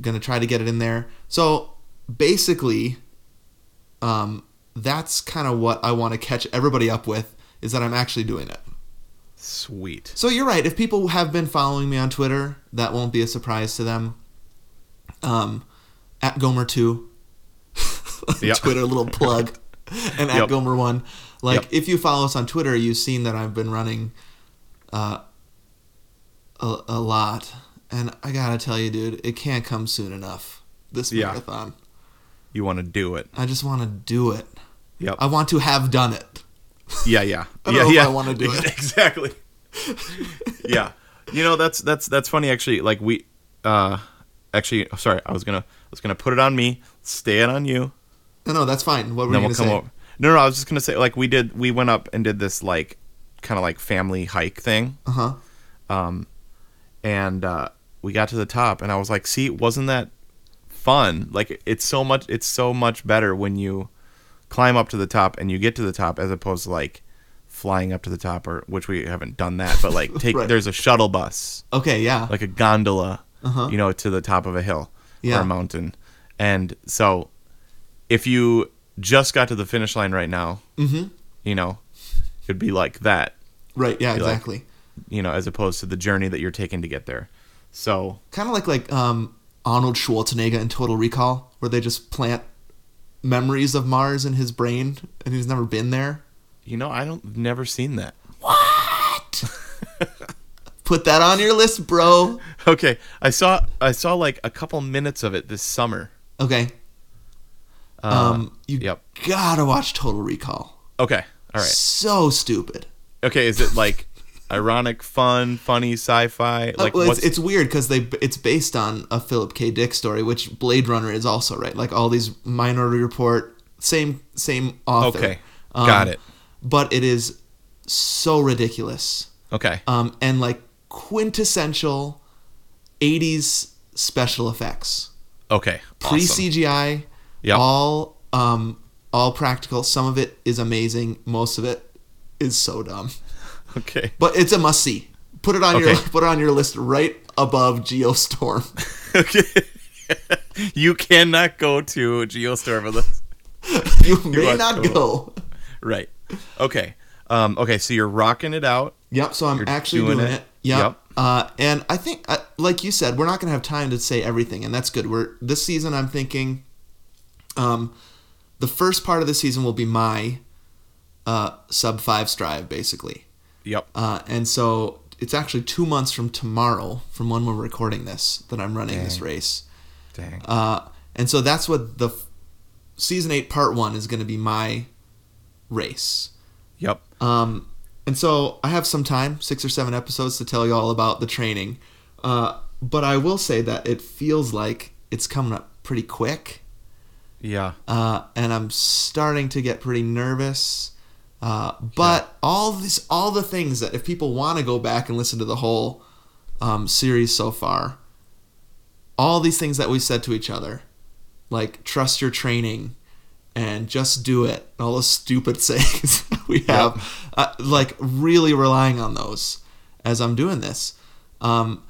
Speaker 3: Gonna try to get it in there. So basically, um, that's kind of what I want to catch everybody up with is that I'm actually doing it.
Speaker 7: Sweet.
Speaker 3: So you're right. If people have been following me on Twitter, that won't be a surprise to them. Um, at Gomer two,
Speaker 7: Yep.
Speaker 3: Twitter little plug, and at
Speaker 7: Yep.
Speaker 3: Gomer one. Like
Speaker 7: Yep.
Speaker 3: if you follow us on Twitter, you've seen that I've been running, uh, a, a lot, and I gotta tell you, dude, it can't come soon enough. This
Speaker 7: Yeah.
Speaker 3: marathon,
Speaker 7: You want to do it?
Speaker 3: I just want to do it.
Speaker 7: Yep.
Speaker 3: I want to have done it.
Speaker 7: Yeah, yeah.
Speaker 3: Oh. I don't
Speaker 7: yeah,
Speaker 3: know if
Speaker 7: yeah.
Speaker 3: I wanna do it.
Speaker 7: exactly. yeah. You know, that's that's that's funny actually. Like we uh actually sorry, I was gonna I was gonna put it on me, stay it on you,
Speaker 3: No, no, that's fine. What were
Speaker 7: then
Speaker 3: you
Speaker 7: we'll
Speaker 3: gonna
Speaker 7: come
Speaker 3: say?
Speaker 7: over. No, no, I was just gonna say like we did we went up and did this like kind of like family hike thing.
Speaker 3: Uh huh.
Speaker 7: and uh, we got to the top and i was like see wasn't that fun like it's so much it's so much better when you climb up to the top and you get to the top as opposed to like flying up to the top or which we haven't done that but like take
Speaker 3: Right.
Speaker 7: there's a shuttle bus
Speaker 3: Okay, yeah.
Speaker 7: like a gondola you know to the top of a hill or
Speaker 3: Uh-huh. Yeah.
Speaker 7: a mountain and so if you just got to the finish line right now
Speaker 3: Mhm.
Speaker 7: you know it'd be like that
Speaker 3: right. Yeah.
Speaker 7: like-
Speaker 3: Exactly.
Speaker 7: you know as opposed to the journey that you're taking to get there so
Speaker 3: kind of like like um, Arnold Schwarzenegger in Total Recall, where they just plant memories of Mars in his brain, and he's never been there.
Speaker 7: You know, I don't never seen that.
Speaker 3: Put that on your list, bro.
Speaker 7: Okay, I saw I saw like a couple minutes of it this summer.
Speaker 3: Okay. um, you
Speaker 7: Uh, yep.
Speaker 3: gotta watch Total Recall.
Speaker 7: Okay, all right.
Speaker 3: So stupid.
Speaker 7: Okay, is it like ironic, fun, funny, sci-fi?
Speaker 3: Uh,
Speaker 7: Like
Speaker 3: well,
Speaker 7: what's
Speaker 3: it's, it's weird because they it's based on a Philip K. Dick story, which Blade Runner is also right. Like all these Minority Report, same same author. Um,
Speaker 7: Okay, got it.
Speaker 3: But it is so ridiculous.
Speaker 7: okay?
Speaker 3: um, and like quintessential 80s special effects
Speaker 7: okay,
Speaker 3: pre
Speaker 7: awesome.
Speaker 3: cgi
Speaker 7: Yep.
Speaker 3: all um, all practical some of it is amazing most of it is so dumb
Speaker 7: Okay,
Speaker 3: but it's a must see put it on your
Speaker 7: Okay.
Speaker 3: put it on your list right above geostorm
Speaker 7: okay. you cannot go to a Geostorm unless
Speaker 3: you may
Speaker 7: are
Speaker 3: not
Speaker 7: cool.
Speaker 3: go
Speaker 7: right. Okay, um, okay. So you're rocking it out.
Speaker 3: Yep. So I'm
Speaker 7: You're
Speaker 3: actually
Speaker 7: doing
Speaker 3: doing,
Speaker 7: it.
Speaker 3: it. Yep.
Speaker 7: Yep.
Speaker 3: Uh, and I think, uh, like you said, we're not going to have time to say everything, and that's good. We're this season. I'm thinking, um, the first part of the season will be my uh, sub five strive, basically.
Speaker 7: Yep.
Speaker 3: Uh, and so it's actually two months from tomorrow, from when we're recording this, that I'm running this race.
Speaker 7: Dang.
Speaker 3: Uh, and so that's what the f- season eight part one is going to be my race.
Speaker 7: Yep.
Speaker 3: Um, and so I have some time, six or seven episodes, to tell you all about the training. Uh, but I will say that it feels like it's coming up pretty quick,
Speaker 7: Yeah.
Speaker 3: uh, and I'm starting to get pretty nervous. Uh, but all this, all the things that if people want to go back and listen to the whole um, series so far, all these things that we said to each other, like trust your training and just do it, and all those stupid sayings that we have, uh, like really relying on those as I'm doing this. Um,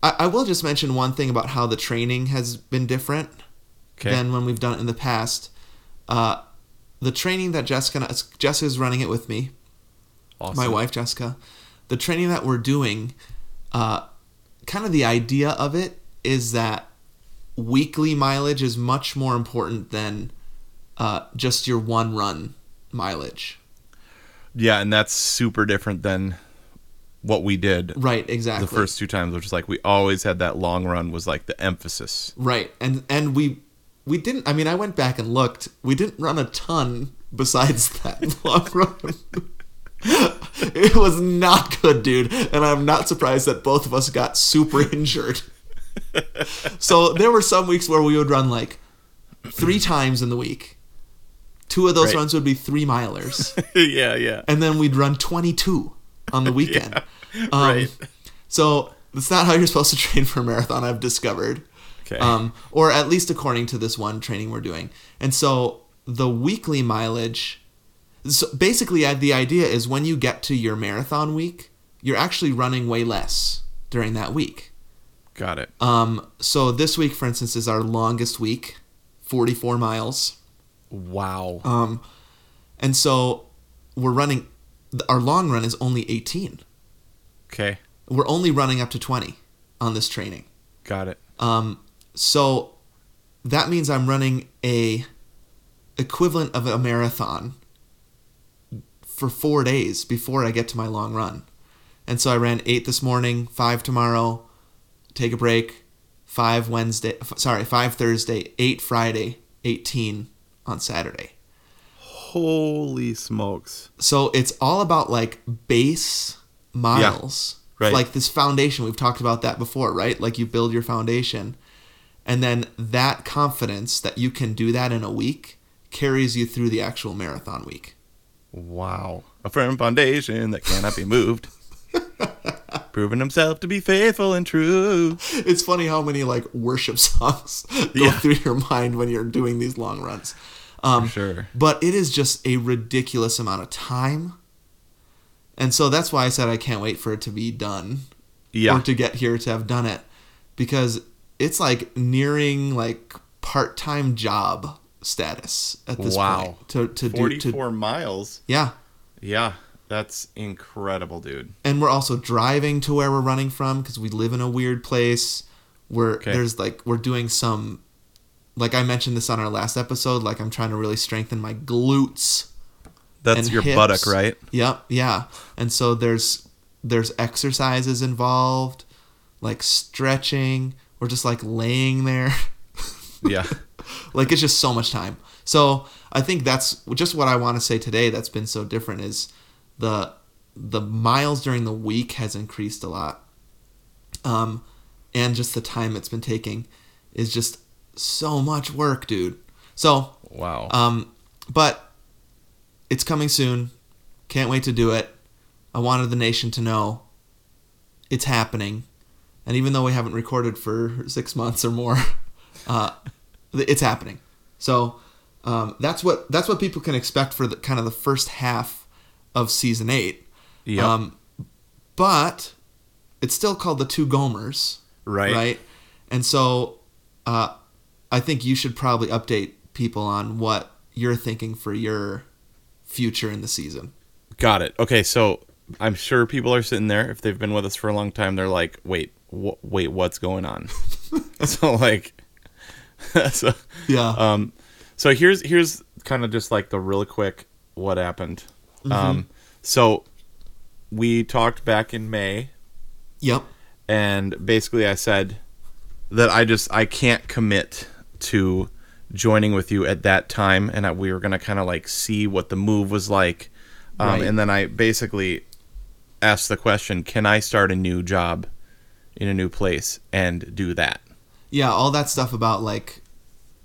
Speaker 3: I, I will just mention one thing about how the training has been different
Speaker 7: Okay.
Speaker 3: than when we've done it in the past. Uh, the training that Jessica and us- Jessica's running it with me,
Speaker 7: awesome.
Speaker 3: my wife Jessica, the training that we're doing, uh, kind of the idea of it is that weekly mileage is much more important than uh, just your one run mileage.
Speaker 7: Yeah, and that's super different than what we did
Speaker 3: Right, exactly.
Speaker 7: the first two times, which is like we always had that long run was like the emphasis.
Speaker 3: Right, and and we we didn't. I mean, I went back and looked. We didn't run a ton besides that long run. it was not good, dude, and I'm not surprised that both of us got super injured. so there were some weeks where we would run like three times in the week. Two of those
Speaker 7: Right.
Speaker 3: runs would be three milers,
Speaker 7: yeah, yeah.
Speaker 3: and then we'd run 22 on the weekend. Um,
Speaker 7: right.
Speaker 3: So that's not how you're supposed to train for a marathon. I've discovered
Speaker 7: Okay.
Speaker 3: um, or at least according to this one training we're doing. And so the weekly mileage. So basically, I- the idea is when you get to your marathon week, you're actually running way less during that week.
Speaker 7: Got it.
Speaker 3: Um, so this week, for instance, is our longest week, 44 miles.
Speaker 7: wow.
Speaker 3: Um, and so we're running, our long run is only 18.
Speaker 7: okay.
Speaker 3: We're only running up to 20 on this training.
Speaker 7: Got it.
Speaker 3: Um, so that means I'm running a equivalent of a marathon for four days before I get to my long run. And so I ran eight this morning, five tomorrow, take a break, five Wednesday, f- sorry, five Thursday, eight Friday, 18 on Saturday.
Speaker 7: Holy smokes.
Speaker 3: So it's all about like base miles.
Speaker 7: right.
Speaker 3: Like this foundation. We've talked about that before, right? Like you build your foundation. And then that confidence that you can do that in a week carries you through the actual marathon week.
Speaker 7: Wow. A firm foundation that cannot be moved. Proving himself to be faithful and true.
Speaker 3: It's funny how many like worship songs go
Speaker 7: Yeah.
Speaker 3: through your mind when you're doing these long runs. Um,
Speaker 7: Sure.
Speaker 3: But it is just a ridiculous amount of time. And so that's why I said I can't wait for it to be done.
Speaker 7: Yeah.
Speaker 3: or to get here to have done it because it's like nearing like part-time job status at this
Speaker 7: Wow.
Speaker 3: point to to do to
Speaker 7: 44 miles.
Speaker 3: yeah
Speaker 7: Yeah. That's incredible, dude.
Speaker 3: and we're also driving to where we're running from because we live in a weird place where
Speaker 7: Okay.
Speaker 3: there's like we're doing some like i mentioned this on our last episode like i'm trying to really strengthen my glutes
Speaker 7: That's
Speaker 3: and
Speaker 7: your
Speaker 3: hips.
Speaker 7: buttock, right?
Speaker 3: Yep, yeah. And so there's there's exercises involved, like stretching or just like laying there.
Speaker 7: Yeah.
Speaker 3: like it's just so much time. So I think that's just what I want to say today. That's been so different is the the miles during the week has increased a lot, um, and just the time it's been taking is just so much work, dude. So
Speaker 7: Wow.
Speaker 3: um, but it's coming soon. Can't wait to do it. I wanted the nation to know it's happening. And even though we haven't recorded for six months or more, uh, th- it's happening. So um, that's what that's what people can expect for the kind of the first half of season eight.
Speaker 7: Yep.
Speaker 3: Um, but it's still called the Two Gomers
Speaker 7: right.
Speaker 3: right? And so, uh, I think you should probably update people on what you're thinking for your future in the season.
Speaker 7: Got it. Okay, so I'm sure people are sitting there if they've been with us for a long time. They're like, "Wait, wh- wait, what's going on?" so like, so
Speaker 3: Yeah.
Speaker 7: um, so here's here's kind of just like the real quick what happened. Um, so we talked back in May,
Speaker 3: yep.
Speaker 7: and basically I said that I just I can't commit to joining with you at that time, and that we were gonna kind of like see what the move was like, um,
Speaker 3: Right.
Speaker 7: and then I basically asked the question, can I start a new job in a new place and do that?
Speaker 3: Yeah. All that stuff about like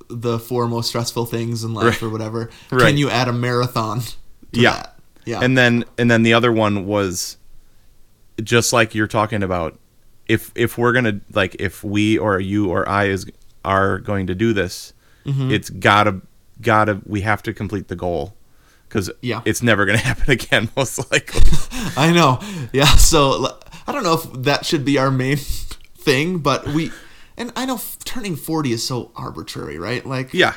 Speaker 3: the four most stressful things in life or whatever.
Speaker 7: Right.
Speaker 3: Can you add a marathon? To
Speaker 7: Yeah.
Speaker 3: That? Yeah.
Speaker 7: And then and then the other one was just like you're talking about if if we're going to like if we or you or I is are going to do this it's got to got to we have to complete the goal cuz
Speaker 3: Yeah.
Speaker 7: it's never going to happen again most likely.
Speaker 3: I know. Yeah. So l- I don't know if that should be our main thing, but we, and I know f- turning 40 is so arbitrary, right? Like,
Speaker 7: yeah.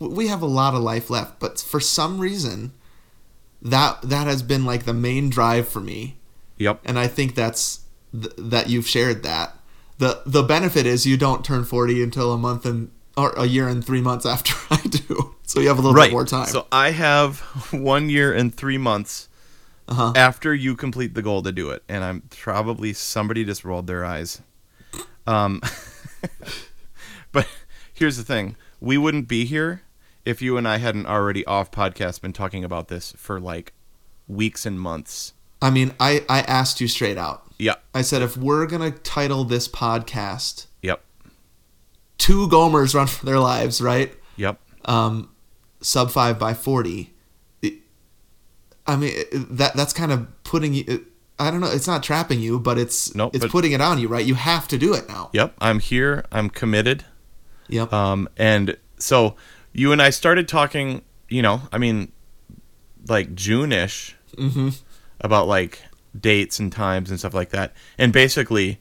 Speaker 3: w- we have a lot of life left, but for some reason, that that has been like the main drive for me,
Speaker 7: Yep.
Speaker 3: and I think that's th- that you've shared that. the The benefit is you don't turn forty until a month and or a year and three months after I do, so you have a little bit more time.
Speaker 7: So I have 1 year and 3 months
Speaker 3: Uh-huh.
Speaker 7: after you complete the goal to do it and I'm probably somebody just rolled their eyes. Um but here's the thing. We wouldn't be here if you and I hadn't already off podcast been talking about this for like weeks and months.
Speaker 3: I mean, I, I asked you straight out.
Speaker 7: Yeah.
Speaker 3: I said, if we're going to title this podcast,
Speaker 7: Yep.
Speaker 3: Two Gomers Run for Their Lives, right?
Speaker 7: Yep.
Speaker 3: Um, sub 5 by 40. it- I mean, it- that that's kind of putting you. it- I don't know. It's not trapping you, but it's
Speaker 7: Nope,
Speaker 3: it's
Speaker 7: but-
Speaker 3: putting it on you, right? You have to do it now.
Speaker 7: Yep. I'm here. I'm committed.
Speaker 3: Yep.
Speaker 7: Um, and so you and I started talking, you know, I mean, like June ish Mm-hmm. about like dates and times and stuff like that. And basically,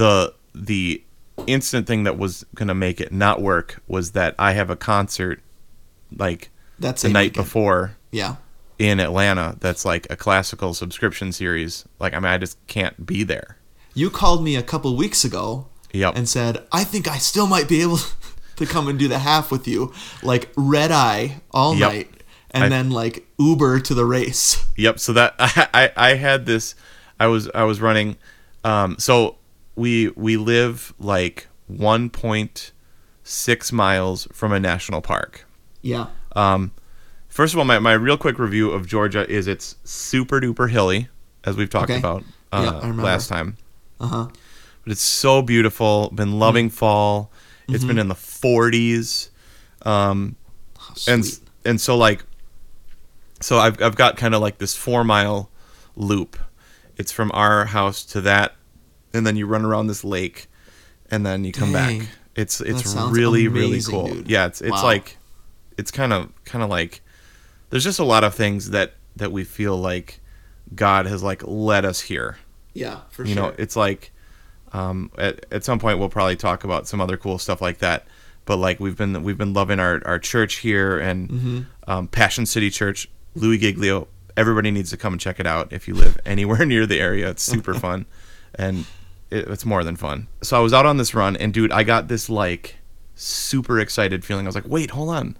Speaker 7: the the instant thing that was gonna make it not work was that I have a concert like
Speaker 3: that's
Speaker 7: the
Speaker 3: it.
Speaker 7: night before
Speaker 3: Yeah.
Speaker 7: in Atlanta. That's like a classical subscription series. Like, I mean, I just can't be there.
Speaker 3: You called me a couple weeks ago
Speaker 7: Yep.
Speaker 3: and said, I think I still might be able to come and do the half with you, like red eye all
Speaker 7: Yep.
Speaker 3: night, and
Speaker 7: I-
Speaker 3: then like Uber to the race.
Speaker 7: Yep. So that I, I I had this. I was I was running. Um. So we we live like 1.6 miles from a national park.
Speaker 3: Yeah.
Speaker 7: First of all, my, my real quick review of Georgia is it's super duper hilly, as we've talked
Speaker 3: Okay.
Speaker 7: about
Speaker 3: Yeah,
Speaker 7: uh,
Speaker 3: I remember.
Speaker 7: last time.
Speaker 3: Uh huh.
Speaker 7: But it's so beautiful. Been loving
Speaker 3: Mm-hmm.
Speaker 7: fall. It's been in the 40s. Um. and and so like so I've I've got kind of like this four mile loop. It's from our house to that, and then you run around this lake, and then you come
Speaker 3: Dang.
Speaker 7: back. It's it's
Speaker 3: sounds
Speaker 7: really really
Speaker 3: amazing,
Speaker 7: cool.
Speaker 3: dude.
Speaker 7: Yeah, it's it's
Speaker 3: Wow.
Speaker 7: like it's kind of kind of like there's just a lot of things that that we feel like God has like led us here
Speaker 3: yeah, for
Speaker 7: you know it's like um, at, at some point we'll probably talk about some other cool stuff like that but like we've been we've been loving our, our church here and um, passion city church louis giglio everybody needs to come and check it out if you live anywhere near the area it's super fun and it, it's more than fun so i was out on this run and dude i got this like super excited feeling i was like wait hold on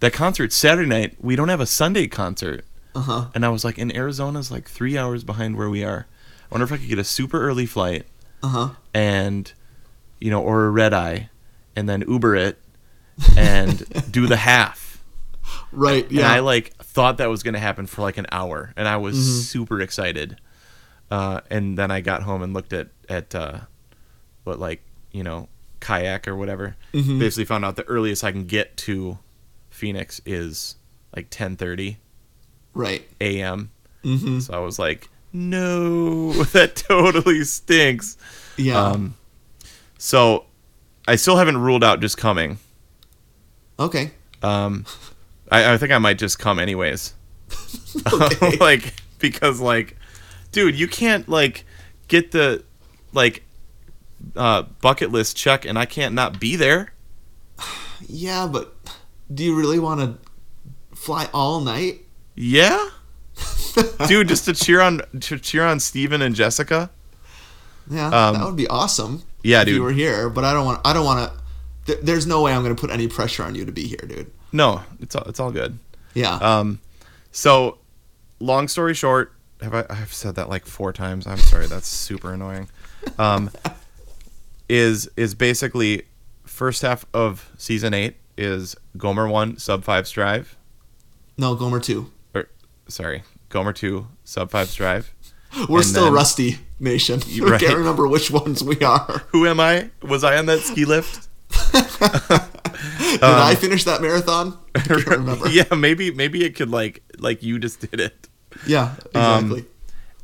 Speaker 7: that concert's saturday night we don't have a sunday concert
Speaker 3: uh huh.
Speaker 7: and I was like, in Arizona's like three hours behind where we are. I wonder if I could get a super early flight
Speaker 3: Uh huh.
Speaker 7: and, you know, or a red eye, and then Uber it, and do the half.
Speaker 3: Right.
Speaker 7: And
Speaker 3: Yeah.
Speaker 7: I like thought that was gonna happen for like an hour, and I was super excited. Uh, and then I got home and looked at at uh, what like you know kayak or whatever. Basically, found out the earliest I can get to Phoenix is like ten thirty
Speaker 3: right.
Speaker 7: a.m. So I was like, no, that totally stinks.
Speaker 3: Yeah.
Speaker 7: Um, so I still haven't ruled out just coming.
Speaker 3: okay.
Speaker 7: Um, I, I think I might just come anyways.
Speaker 3: Okay.
Speaker 7: like because like, dude, you can't like get the like uh, bucket list check, and I can't not be there.
Speaker 3: yeah, but do you really want to fly all night?
Speaker 7: Yeah, dude, just to cheer on to cheer on Steven and Jessica.
Speaker 3: Yeah,
Speaker 7: Um,
Speaker 3: that would be awesome.
Speaker 7: yeah,
Speaker 3: if
Speaker 7: dude.
Speaker 3: You were here, but I don't want. I don't want to. Th- there's no way I'm going to put any pressure on you to be here, dude.
Speaker 7: No, it's all, it's all good.
Speaker 3: Yeah.
Speaker 7: Um, so, long story short, have I I've said that like four times? I'm sorry, that's super annoying. Um, is is basically first half of season eight is Gomer one sub five strive
Speaker 3: no, Gomer too.
Speaker 7: or sorry Gomer two sub five strive.
Speaker 3: We're
Speaker 7: And
Speaker 3: still
Speaker 7: then-
Speaker 3: Rusty Nation. We
Speaker 7: right.
Speaker 3: can't remember which ones we are.
Speaker 7: Who am I? Was I on that ski lift?
Speaker 3: Did
Speaker 7: Um,
Speaker 3: I finish that marathon? I can't remember. yeah.
Speaker 7: yeah, maybe maybe it could like like you just did it. Um,
Speaker 3: exactly.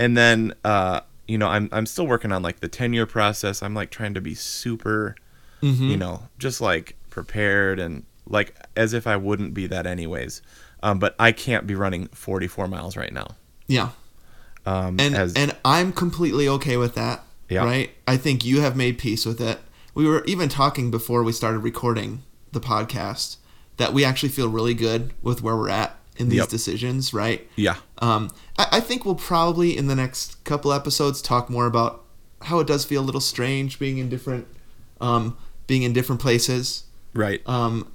Speaker 7: and then uh, you know I'm I'm still working on like the tenure process. I'm like trying to be super, you know, just like prepared and like as if I wouldn't be that anyways. Um, but I can't be running 44 miles right now.
Speaker 3: yeah.
Speaker 7: Um,
Speaker 3: And
Speaker 7: as-
Speaker 3: and I'm completely okay with that.
Speaker 7: Yeah.
Speaker 3: Right? I think you have made peace with it. We were even talking before we started recording the podcast that we actually feel really good with where we're at in these
Speaker 7: Yep.
Speaker 3: decisions, right?
Speaker 7: yeah,
Speaker 3: Um, I, I think we'll probably in the next couple episodes talk more about how it does feel a little strange being in different, um, being in different places.
Speaker 7: right.
Speaker 3: Um,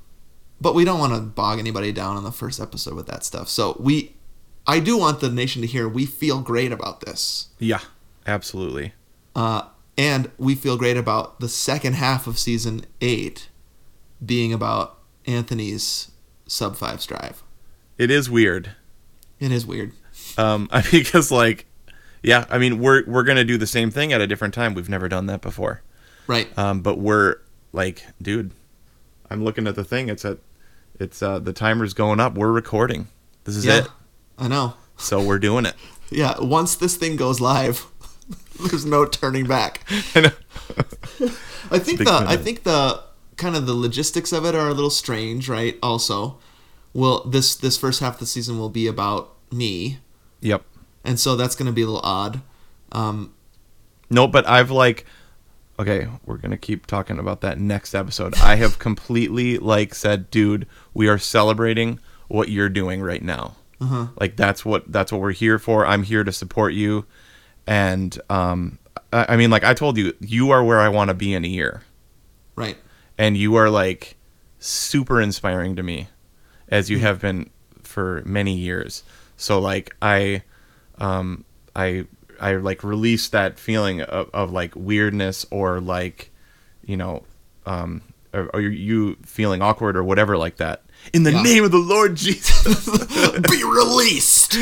Speaker 3: but we don't want to bog anybody down on the first episode with that stuff. So we, I do want the nation to hear we feel great about this,
Speaker 7: yeah, absolutely.
Speaker 3: uh, and we feel great about the second half of season eight being about Anthony's sub five strive.
Speaker 7: It is weird.
Speaker 3: It is weird.
Speaker 7: Um, I because like, yeah, I mean we're we're gonna do the same thing at a different time. We've never done that before.
Speaker 3: Right.
Speaker 7: Um, but we're like, dude, I'm looking at the thing. It's at, it's uh, the timer's going up. We're recording. This is
Speaker 3: yeah.
Speaker 7: it.
Speaker 3: I know.
Speaker 7: So we're doing it.
Speaker 3: Yeah. Once this thing goes live, there's no turning back.
Speaker 7: I know.
Speaker 3: I think
Speaker 7: big
Speaker 3: the I
Speaker 7: commitment.
Speaker 3: think the kind of the logistics of it are a little strange, right? Also, well, this this first half of the season will be about me,
Speaker 7: Yep.
Speaker 3: and so that's going to be a little odd. Um,
Speaker 7: No, but I've like okay, we're going to keep talking about that next episode. I have completely like said, dude, we are celebrating what you're doing right now. Like that's what that's what we're here for. I'm here to support you and um I, I mean like I told you, you are where I want to be in a year
Speaker 3: right.
Speaker 7: and you are like super inspiring to me as
Speaker 3: Mm.
Speaker 7: you have been for many years so like i um i i like release that feeling of, of like weirdness or like you know um or, or you feeling awkward or whatever like that in the
Speaker 3: Yeah.
Speaker 7: name of the lord jesus
Speaker 3: be released.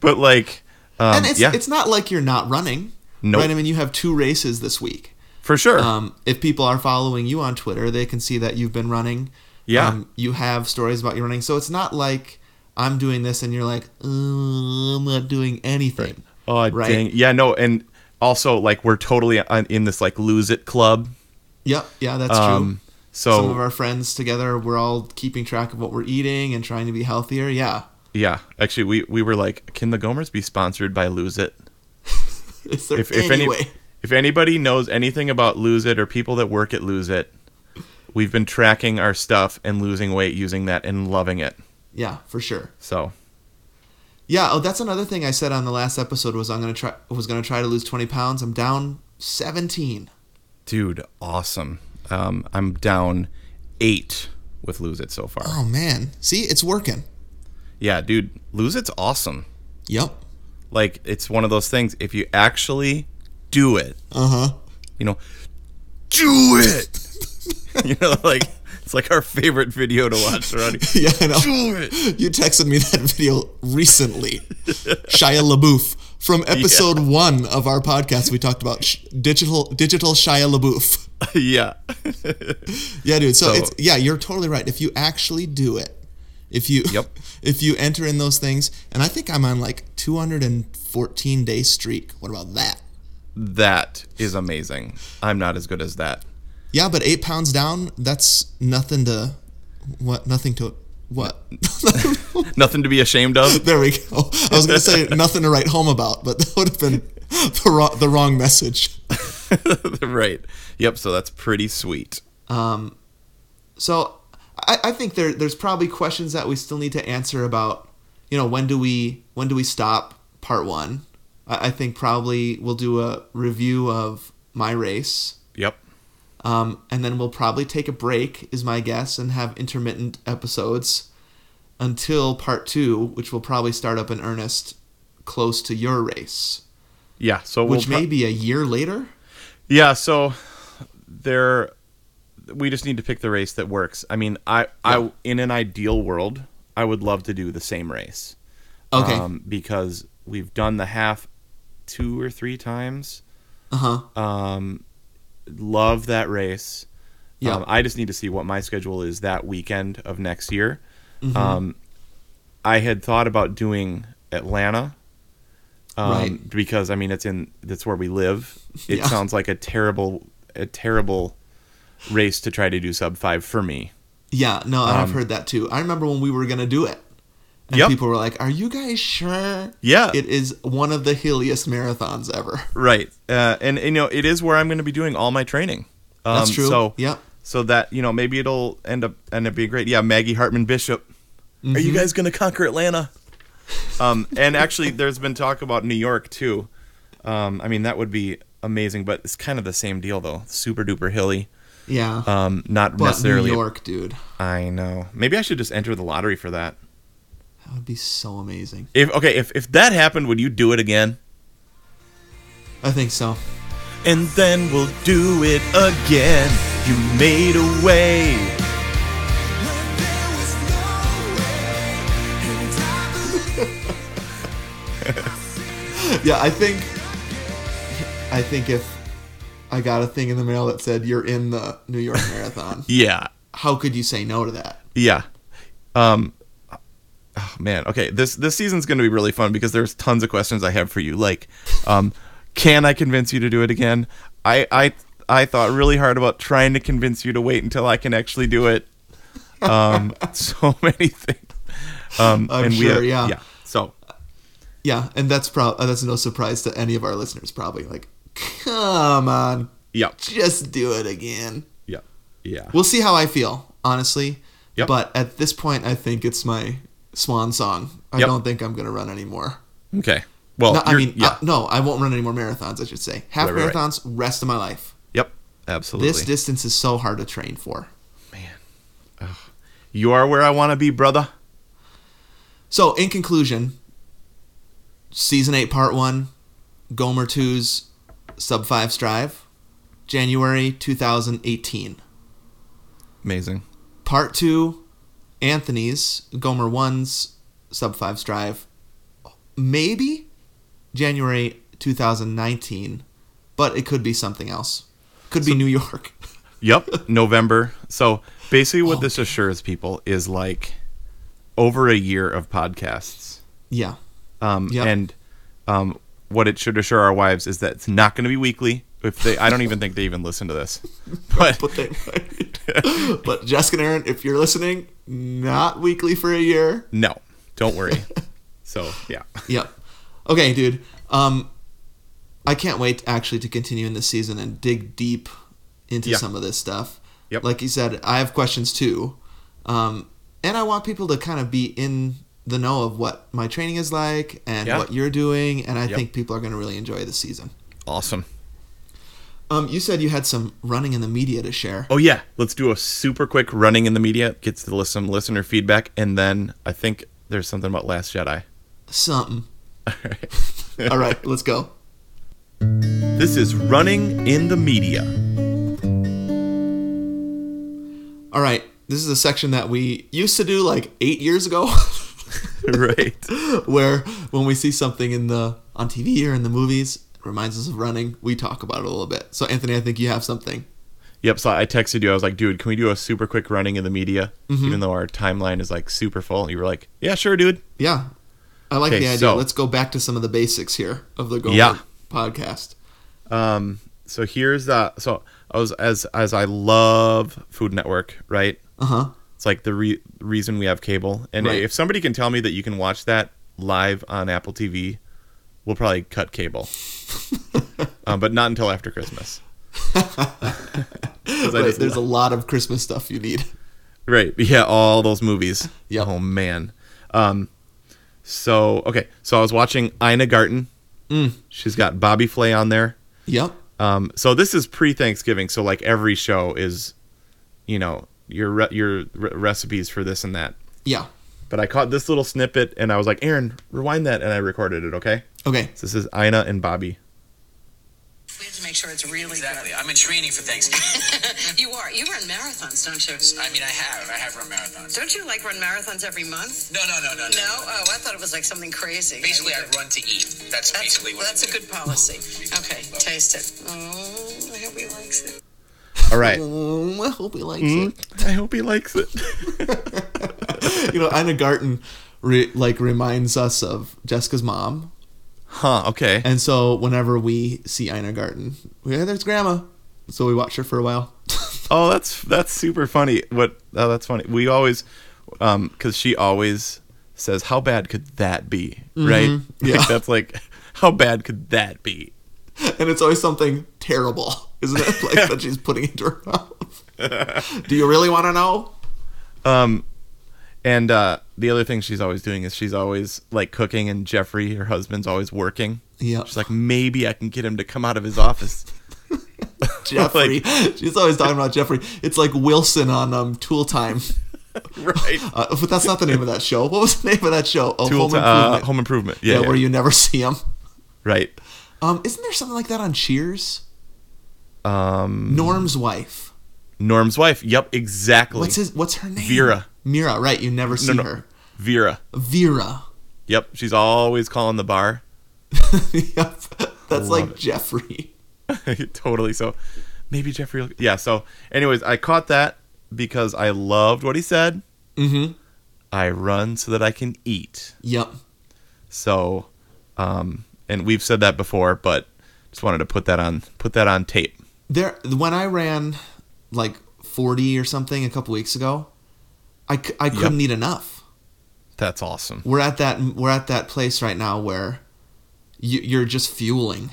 Speaker 7: but like um,
Speaker 3: and it's
Speaker 7: yeah
Speaker 3: it's not like you're not running.
Speaker 7: Nope.
Speaker 3: Right. I mean, you have two races this week.
Speaker 7: for sure
Speaker 3: Um, if people are following you on Twitter, they can see that you've been running.
Speaker 7: Yeah.
Speaker 3: Um, you have stories about you running, so it's not like I'm doing this and you're like, "Uh, I'm not doing anything.
Speaker 7: oh
Speaker 3: right.
Speaker 7: dang yeah no and also like we're totally on- in this like lose it club
Speaker 3: Yep. Yeah, that's
Speaker 7: um
Speaker 3: true.
Speaker 7: so
Speaker 3: Some of our friends together, we're all keeping track of what we're eating and trying to be healthier. Yeah.
Speaker 7: Yeah, actually, we, we were like, can the Gomers be sponsored by Lose It?
Speaker 3: Is there
Speaker 7: If if
Speaker 3: any
Speaker 7: any
Speaker 3: way?
Speaker 7: if anybody knows anything about Lose It or people that work at Lose It, we've been tracking our stuff and losing weight using that and loving it.
Speaker 3: Yeah, for sure.
Speaker 7: So
Speaker 3: Yeah. Oh, that's another thing I said on the last episode was I'm gonna try was gonna try to lose 20 pounds. I'm down 17.
Speaker 7: dude, awesome. Um, I'm down eight with Lose It so far.
Speaker 3: Oh man, see, it's working.
Speaker 7: Yeah, dude, Lose It's awesome.
Speaker 3: Yep.
Speaker 7: Like it's one of those things. If you actually do it,
Speaker 3: Uh huh.
Speaker 7: you know, do it. you know, like it's like our favorite video to watch around here.
Speaker 3: Yeah, I know.
Speaker 7: Do it.
Speaker 3: You texted me that video recently. Shia LaBeouf from episode one of our podcast. We talked about sh- digital digital Shia LaBeouf.
Speaker 7: yeah.
Speaker 3: Yeah, dude. So,
Speaker 7: So-
Speaker 3: it's yeah, you're totally right. If you actually do it, if you
Speaker 7: Yep.
Speaker 3: if you enter in those things, and I think I'm on like 214 day streak. What about that?
Speaker 7: that is amazing. I'm not as good as that.
Speaker 3: Yeah, but eight pounds down. That's nothing to what? Nothing to what?
Speaker 7: Nothing to be ashamed of.
Speaker 3: There we go. I was going to say nothing to write home about, but that would have been the wrong, the wrong message.
Speaker 7: right. Yep, so that's pretty sweet.
Speaker 3: So I, I think there there's probably questions that we still need to answer about, you know, when do we when do we stop part one? I, I think probably we'll do a review of my race,
Speaker 7: Yep.
Speaker 3: um, and then we'll probably take a break, is my guess, and have intermittent episodes until part two, which will probably start up in earnest close to your race,
Speaker 7: Yeah, so we'll
Speaker 3: which
Speaker 7: pro-
Speaker 3: may be a year later.
Speaker 7: Yeah, so there we just need to pick the race that works. I mean, I I in an ideal world, I would love to do the same race. Um,
Speaker 3: Okay.
Speaker 7: because we've done the half two or three times.
Speaker 3: uh huh.
Speaker 7: Um, love that race.
Speaker 3: Yeah.
Speaker 7: Um, I just need to see what my schedule is that weekend of next year.
Speaker 3: Mm-hmm.
Speaker 7: Um, I had thought about doing Atlanta. Um,
Speaker 3: Right.
Speaker 7: Because I mean, it's in that's where we live. It
Speaker 3: Yeah.
Speaker 7: sounds like a terrible, a terrible race to try to do sub five for me.
Speaker 3: Yeah, no, I've heard that too. I remember when we were gonna do it, and
Speaker 7: um, Yep.
Speaker 3: people were like, "Are you guys sure?"
Speaker 7: Yeah.
Speaker 3: it is one of the hilliest marathons ever.
Speaker 7: Right. Uh, and you know, it is where I'm going to be doing all my training. Um,
Speaker 3: That's true.
Speaker 7: So
Speaker 3: Yep.
Speaker 7: So that you know, maybe it'll end up end up being great. Yeah, Maggie Hartman Bishop. Are you guys gonna conquer Atlanta? Um, and actually, there's been talk about New York too. Um, I mean, that would be amazing, but it's kind of the same deal though. Super duper hilly.
Speaker 3: Yeah,
Speaker 7: Um, not
Speaker 3: but
Speaker 7: necessarily.
Speaker 3: New York, dude,
Speaker 7: I know. Maybe I should just enter the lottery for that.
Speaker 3: that would be so amazing.
Speaker 7: If okay, if if that happened, would you do it again?
Speaker 3: I think so.
Speaker 7: and then we'll do it again. You made a way.
Speaker 6: When there was no
Speaker 3: yeah, I think I think if I got a thing in the mail that said you're in the New York Marathon,
Speaker 7: Yeah.
Speaker 3: how could you say no to that?
Speaker 7: Yeah. Um oh, man, okay. This this season's going to be really fun because there's tons of questions I have for you. Like um can I convince you to do it again? I I I thought really hard about trying to convince you to wait until I can actually do it. Um so many things. Um
Speaker 3: I'm
Speaker 7: and we
Speaker 3: sure,
Speaker 7: have-
Speaker 3: yeah.
Speaker 7: yeah. So
Speaker 3: Yeah, and that's prob uh, that's no surprise to any of our listeners probably like come on,
Speaker 7: yeah.
Speaker 3: just do it again.
Speaker 7: Yeah. Yeah.
Speaker 3: We'll see how I feel, honestly.
Speaker 7: Yep.
Speaker 3: But at this point I think it's my swan song. I
Speaker 7: Yep.
Speaker 3: don't think I'm going to run anymore.
Speaker 7: Okay. Well,
Speaker 3: No, I
Speaker 7: you're-
Speaker 3: mean,
Speaker 7: yeah.
Speaker 3: uh, no, I won't run any more marathons, I should say. Half
Speaker 7: Right, right, right.
Speaker 3: marathons, rest of my life.
Speaker 7: yep. Absolutely.
Speaker 3: This distance is so hard to train for.
Speaker 7: you are where I want to be, brother.
Speaker 3: So, in conclusion, season eight, part one, Gomer 2's sub five strive, January 2018.
Speaker 7: Amazing.
Speaker 3: Part two, Anthony's Gomer 1's sub five strive, maybe January 2019, but it could be something else. Could be New York.
Speaker 7: Yep, November. So basically, what this assures people is like over a year of podcasts.
Speaker 3: yeah.
Speaker 7: Um,
Speaker 3: Yep.
Speaker 7: And um, what it should assure our wives is that it's not going to be weekly. If they, I don't even think they even listen to this. But
Speaker 3: but they might. but Jessica and Aaron, if you're listening, not weekly for a year.
Speaker 7: no, don't worry. So yeah,
Speaker 3: Yep. Okay, dude. Um, I can't wait actually to continue in this season and dig deep into
Speaker 7: Yeah.
Speaker 3: some of this stuff.
Speaker 7: Yep.
Speaker 3: Like you said, I have questions too, um, and I want people to kind of be in the know of what my training is like and
Speaker 7: Yeah.
Speaker 3: what you're doing, and I think people are going to really enjoy this season.
Speaker 7: awesome.
Speaker 3: Um, you said you had some running in the media to share.
Speaker 7: Oh yeah, let's do a super quick running in the media. Gets to list some listener feedback, and then I think there's something about Last Jedi.
Speaker 3: Something.
Speaker 7: All right.
Speaker 3: All right, let's go.
Speaker 7: This is running in the media.
Speaker 3: All right, this is a section that we used to do like eight years ago,
Speaker 7: right.
Speaker 3: where when we see something in the on TV or in the movies it reminds us of running, we talk about it a little bit. So Anthony, I think you have something.
Speaker 7: Yep. So I texted you. I was like, dude, can we do a super quick running in the media? Even though our timeline is like super full. You were like, yeah, sure, dude.
Speaker 3: Yeah, I like
Speaker 7: Okay,
Speaker 3: the idea.
Speaker 7: so-
Speaker 3: Let's go back to some of the basics here of the Go
Speaker 7: Yeah.
Speaker 3: podcast.
Speaker 7: Um, so here's the. So I was as as I love Food Network, right?
Speaker 3: Uh huh.
Speaker 7: It's like the re- reason we have cable. And
Speaker 3: Right.
Speaker 7: if somebody can tell me that you can watch that live on Apple TV, we'll probably cut cable. um, but not until after Christmas. 'Cause I
Speaker 3: Right,
Speaker 7: just
Speaker 3: there's a lot of Christmas stuff you need.
Speaker 7: Right. Yeah, all those movies.
Speaker 3: Yep.
Speaker 7: Oh man. Um so okay, so I was watching Ina Garten. She's got Bobby Flay on there.
Speaker 3: Yep.
Speaker 7: Um so this is pre-Thanksgiving, so like every show is you know, your re- your re- recipes for this and that.
Speaker 3: Yeah.
Speaker 7: But I caught this little snippet and I was like, "Aaron, rewind that." And I recorded it, okay?
Speaker 3: Okay.
Speaker 7: So this is Ina and Bobby.
Speaker 8: We have to make sure it's really
Speaker 9: Exactly. I'm in training for Thanksgiving.
Speaker 8: good. You are. You run marathons, don't you?
Speaker 9: I mean, I have. I have run marathons.
Speaker 8: Don't you like run marathons every month?
Speaker 9: No, no, no, no,
Speaker 8: No.
Speaker 9: no.
Speaker 8: Oh, I thought it was like something crazy.
Speaker 9: Basically, I run to eat. That's,
Speaker 8: That's,
Speaker 9: basically what
Speaker 8: that's
Speaker 9: I
Speaker 8: a good policy. Okay, taste it. Oh, I hope he likes it.
Speaker 7: All right.
Speaker 3: Um, I hope he likes it.
Speaker 7: I hope he likes it.
Speaker 3: You know, Anna Garten re- like reminds us of Jessica's mom.
Speaker 7: huh, okay.
Speaker 3: And so whenever we see Einar Garten, we hey, there's grandma. So we watch her for a while.
Speaker 7: Oh, that's that's super funny. What? Oh, that's funny. We always, um, because she always says, "How bad could that be?" Right?
Speaker 3: Yeah.
Speaker 7: Like, that's like, how bad could that be?
Speaker 3: and it's always something terrible, isn't it? Like that she's putting into her mouth. Do you really want to know?
Speaker 7: And uh, the other thing she's always doing is she's always like cooking, and Jeffrey, her husband's, always working.
Speaker 3: Yeah.
Speaker 7: She's like, maybe I can get him to come out of his office.
Speaker 3: Jeffrey. she's always talking about Jeffrey. It's like Wilson on um, Tool Time.
Speaker 7: right.
Speaker 3: Uh, but that's not the name of that show. What was the name of that show? Oh,
Speaker 7: Tool
Speaker 3: Home
Speaker 7: to-
Speaker 3: Improvement.
Speaker 7: Uh, home improvement.
Speaker 3: yeah,
Speaker 7: Yeah. yeah.
Speaker 3: where you never see him.
Speaker 7: right.
Speaker 3: Um, isn't there something like that on Cheers?
Speaker 7: Um,
Speaker 3: Norm's wife.
Speaker 7: Norm's wife. Yep. Exactly.
Speaker 3: What's his? What's her name?
Speaker 7: Vera.
Speaker 3: Mira. Right. You never see
Speaker 7: no.
Speaker 3: her.
Speaker 7: Vera.
Speaker 3: Vera.
Speaker 7: Yep, she's always calling the bar.
Speaker 3: yep. That's like Jeffrey.
Speaker 7: totally. So maybe Jeffrey. will- Yeah. So, anyways, I caught that because I loved what he said.
Speaker 3: Mm-hmm.
Speaker 7: I run so that I can eat.
Speaker 3: Yep.
Speaker 7: So, um, and we've said that before, but just wanted to put that on put that on tape.
Speaker 3: There, when I ran like 40 or something a couple weeks ago, I, c- I couldn't eat enough.
Speaker 7: That's awesome.
Speaker 3: We're at that we're at that place right now where you, you're just fueling.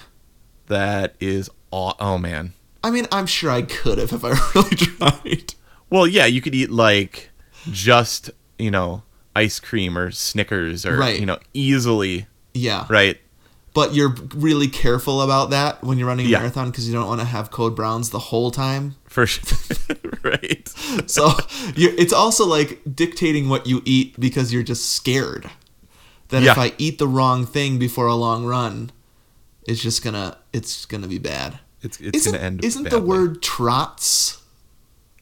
Speaker 7: That is aw- oh man.
Speaker 3: I mean, I'm sure I could have if I really tried.
Speaker 7: Well, yeah, you could eat like just you know ice cream or Snickers or
Speaker 3: Right.
Speaker 7: you know easily
Speaker 3: Yeah.
Speaker 7: right.
Speaker 3: But you're really careful about that when you're running a
Speaker 7: Yeah.
Speaker 3: marathon because you don't want to have code browns the whole time.
Speaker 7: For sure. right.
Speaker 3: So you it's also like dictating what you eat because you're just scared that if
Speaker 7: Yeah.
Speaker 3: I eat the wrong thing before a long run, it's just gonna it's gonna be bad.
Speaker 7: It's it's
Speaker 3: isn't
Speaker 7: gonna end.
Speaker 3: isn't the
Speaker 7: badly.
Speaker 3: word trots?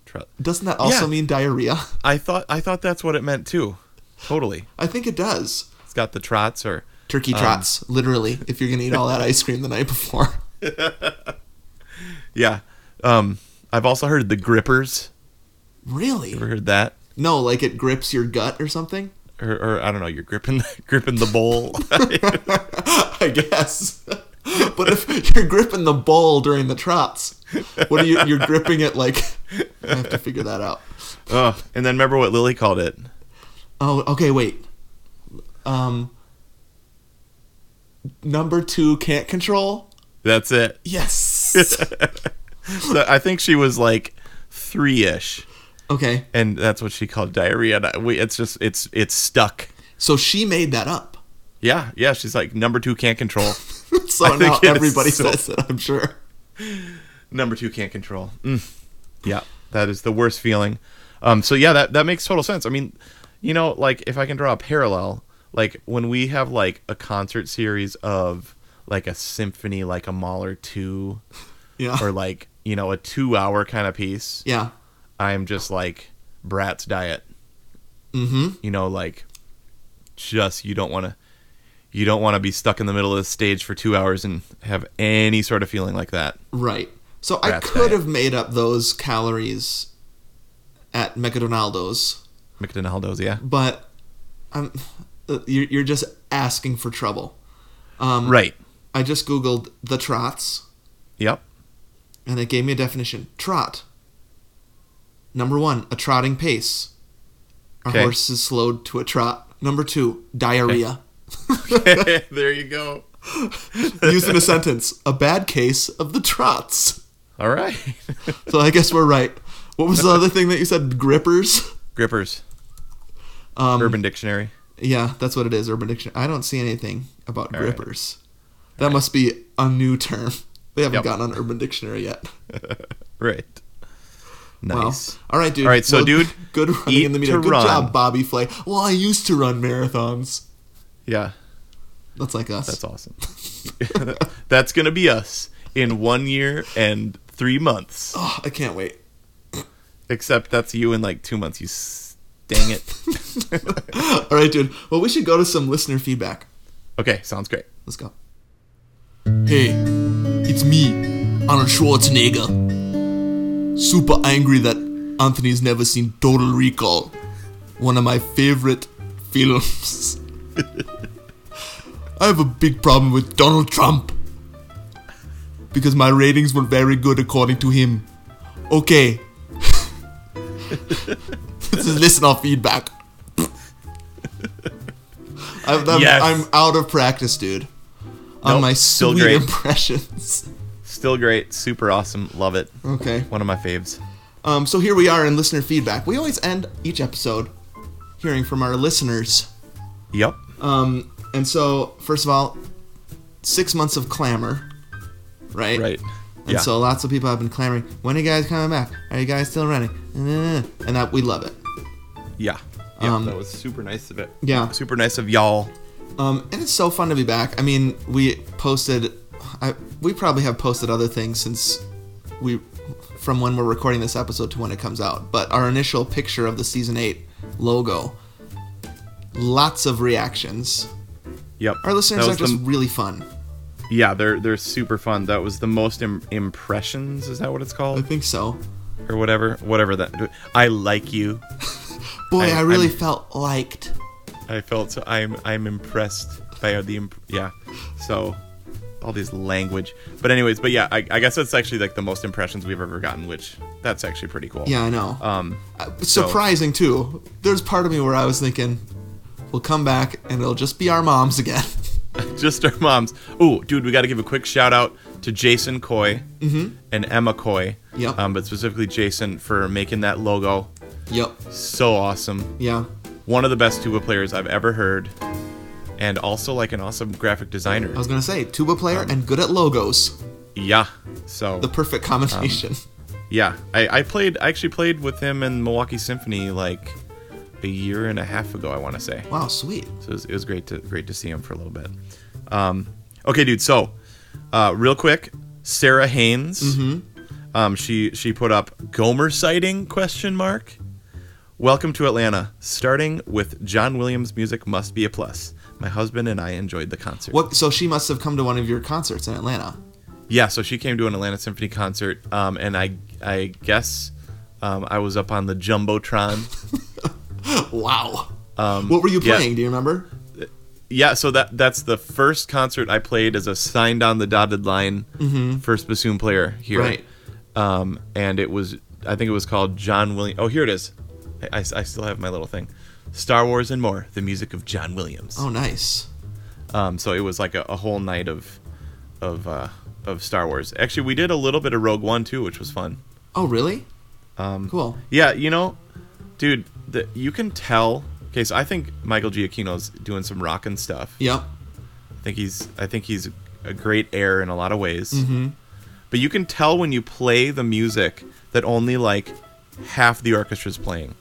Speaker 7: Tru-
Speaker 3: Doesn't that also
Speaker 7: Yeah.
Speaker 3: mean diarrhea?
Speaker 7: I thought I thought that's what it meant too. Totally.
Speaker 3: I think it does.
Speaker 7: It's got the trots or
Speaker 3: Turkey trots, literally. If you're gonna eat all that ice cream the night before,
Speaker 7: yeah. Um, I've also heard the grippers.
Speaker 3: really?
Speaker 7: Ever heard that?
Speaker 3: No, like it grips your gut or something.
Speaker 7: Or, or I don't know. You're gripping gripping the bowl.
Speaker 3: I guess. but if you're gripping the bowl during the trots, what are you? You're gripping it like. I have to figure that out.
Speaker 7: Ugh. and then remember what Lily called it.
Speaker 3: Oh, okay, wait. Um. Number two can't control.
Speaker 7: That's it.
Speaker 3: Yes.
Speaker 7: So I think she was like three ish,
Speaker 3: okay,
Speaker 7: and that's what she called diarrhea. And I- we, it's just it's it's stuck.
Speaker 3: so she made that up.
Speaker 7: Yeah, yeah. She's like number two can't control.
Speaker 3: So
Speaker 7: I
Speaker 3: now
Speaker 7: think it is
Speaker 3: everybody
Speaker 7: so-
Speaker 3: says it. I'm sure.
Speaker 7: number two can't control. Mm. Yeah, that is the worst feeling. Um, so yeah, that that makes total sense. I mean, you know, like if I can draw a parallel, like when we have like a concert series of like a symphony, like a Mahler two,
Speaker 3: Yeah.
Speaker 7: or like you know a two hour kind of piece.
Speaker 3: yeah.
Speaker 7: I'm just like Bratz diet.
Speaker 3: Mm-hmm.
Speaker 7: You know, like just you don't want to. You don't want to be stuck in the middle of the stage for two hours and have any sort of feeling like that.
Speaker 3: Right. So I
Speaker 7: Rat's
Speaker 3: could
Speaker 7: diet.
Speaker 3: have made up those calories at McDonald's.
Speaker 7: McDonald's, yeah.
Speaker 3: but I'm, uh, you're, you're just asking for trouble. Um,
Speaker 7: Right.
Speaker 3: I just Googled the trots,
Speaker 7: Yep.
Speaker 3: and it gave me a definition. Trot. Number one, a trotting pace. A
Speaker 7: Okay.
Speaker 3: horse is slowed to a trot. Number two, diarrhea.
Speaker 7: there you go.
Speaker 3: Used in a sentence, a bad case of the trots.
Speaker 7: All right.
Speaker 3: So I guess we're right. What was the other thing that you said? Grippers?
Speaker 7: Grippers.
Speaker 3: Um,
Speaker 7: Urban Dictionary.
Speaker 3: Yeah, that's what it is. Urban Dictionary. I don't see anything about
Speaker 7: All right.
Speaker 3: grippers. That must be a new term. They haven't
Speaker 7: Yep.
Speaker 3: gotten on Urban Dictionary yet.
Speaker 7: Right. Nice.
Speaker 3: Wow. All right, dude.
Speaker 7: All right, so, dude,
Speaker 3: good running
Speaker 7: eat
Speaker 3: in the media.
Speaker 7: to
Speaker 3: Good
Speaker 7: run.
Speaker 3: job, Bobby Flay. Well, I used to run marathons.
Speaker 7: Yeah,
Speaker 3: That's like us.
Speaker 7: that's awesome. that's gonna be us in one year and three months.
Speaker 3: Oh, I can't wait.
Speaker 7: Except that's you in like two months. You s- dang it.
Speaker 3: All right, dude. Well, we should go to some listener feedback.
Speaker 7: Okay, sounds great.
Speaker 3: Let's go. Hey, it's me, Arnold Schwarzenegger. Super angry that Anthony's never seen Total Recall, one of my favorite films. I have a big problem with Donald Trump because my ratings were very good according to him. Okay. this is listener feedback. I'm, I'm-
Speaker 7: Yes.
Speaker 3: I'm out of practice, dude on
Speaker 7: Nope,
Speaker 3: my
Speaker 7: still
Speaker 3: sweet
Speaker 7: great.
Speaker 3: impressions.
Speaker 7: Still great. Super awesome. Love it.
Speaker 3: Okay.
Speaker 7: One of my faves.
Speaker 3: Um, so here we are in listener feedback. We always end each episode hearing from our listeners.
Speaker 7: Yep.
Speaker 3: Um, and so, first of all, six months of clamor, right?
Speaker 7: Right.
Speaker 3: And
Speaker 7: Yeah.
Speaker 3: so lots of people have been clamoring, when are you guys coming back? Are you guys still running? And that we love it.
Speaker 7: yeah. Yeah.
Speaker 3: Um,
Speaker 7: that was super nice of it.
Speaker 3: Yeah.
Speaker 7: Super nice of y'all.
Speaker 3: Um, and it's so fun to be back. I mean, we posted, I, we probably have posted other things since we, from when we're recording this episode to when it comes out. But our initial picture of the season eight logo, lots of reactions.
Speaker 7: Yep.
Speaker 3: Our listeners
Speaker 7: That
Speaker 3: are
Speaker 7: was
Speaker 3: just
Speaker 7: the-
Speaker 3: really fun.
Speaker 7: yeah, they're they're super fun. That was the most Im- impressions. Is that what it's
Speaker 3: I
Speaker 7: called
Speaker 3: think so. Uh.
Speaker 7: or whatever? Whatever that. I like you.
Speaker 3: Boy,
Speaker 7: I-
Speaker 3: I, really
Speaker 7: I'm-
Speaker 3: felt liked.
Speaker 7: I felt so, I'm I'm impressed by the imp- yeah. So all these language, but anyways, but yeah, I, I guess that's actually like the most impressions we've ever gotten, which that's actually pretty cool.
Speaker 3: Yeah, I know.
Speaker 7: Um.
Speaker 3: Uh, Surprising too. There's part of me where I was thinking, we'll come back and it'll just be our moms again.
Speaker 7: just our moms. Ooh, dude, we got to give a quick shout out to Jason Coy and Emma Coy.
Speaker 3: Mm-hmm. Yep.
Speaker 7: Um, but specifically Jason for making that logo
Speaker 3: yep.
Speaker 7: so awesome.
Speaker 3: Yeah.
Speaker 7: One of the best tuba players I've ever heard, and also like an awesome graphic designer.
Speaker 3: I was gonna say tuba
Speaker 7: Um,
Speaker 3: player and good at logos.
Speaker 7: Yeah. So
Speaker 3: The perfect
Speaker 7: Um,
Speaker 3: combination.
Speaker 7: yeah, I, I played. I actually played with him in Milwaukee Symphony like a year and a half ago. I want to say.
Speaker 3: wow, sweet.
Speaker 7: So it was, it was great to great to see him for a little bit. Um, okay, dude. So, uh, real quick, Sarah Haynes. Um, she she put up Gomer sighting question mark. Welcome to Atlanta. Starting with John Williams music must be a plus. My husband and I enjoyed the concert.
Speaker 3: What? So she must have come to one of your concerts in Atlanta.
Speaker 7: Yeah, so she came to an Atlanta Symphony concert, um, and I I guess um, I was up on the jumbotron.
Speaker 3: Wow. what were you
Speaker 7: Um, yeah.
Speaker 3: playing? Do you remember?
Speaker 7: yeah so that that's the first concert i played as a signed on the dotted line first bassoon player here
Speaker 3: Mm-hmm. Right.
Speaker 7: um and it was i think it was called john williams oh here it is I, I, I still have my little thing star wars and more the music of john williams
Speaker 3: Oh, nice.
Speaker 7: um so it was like a, a whole night of of uh of star wars actually we did a little bit of rogue one too which was fun
Speaker 3: Oh, really? Um, cool.
Speaker 7: yeah, you know, dude, the, you can tell. Okay, so I think Michael Giacchino's doing some rockin' stuff.
Speaker 3: Yep.
Speaker 7: I think he's I think he's a great heir in a lot of ways. But you can tell when you play the music that only like half the orchestra's playing.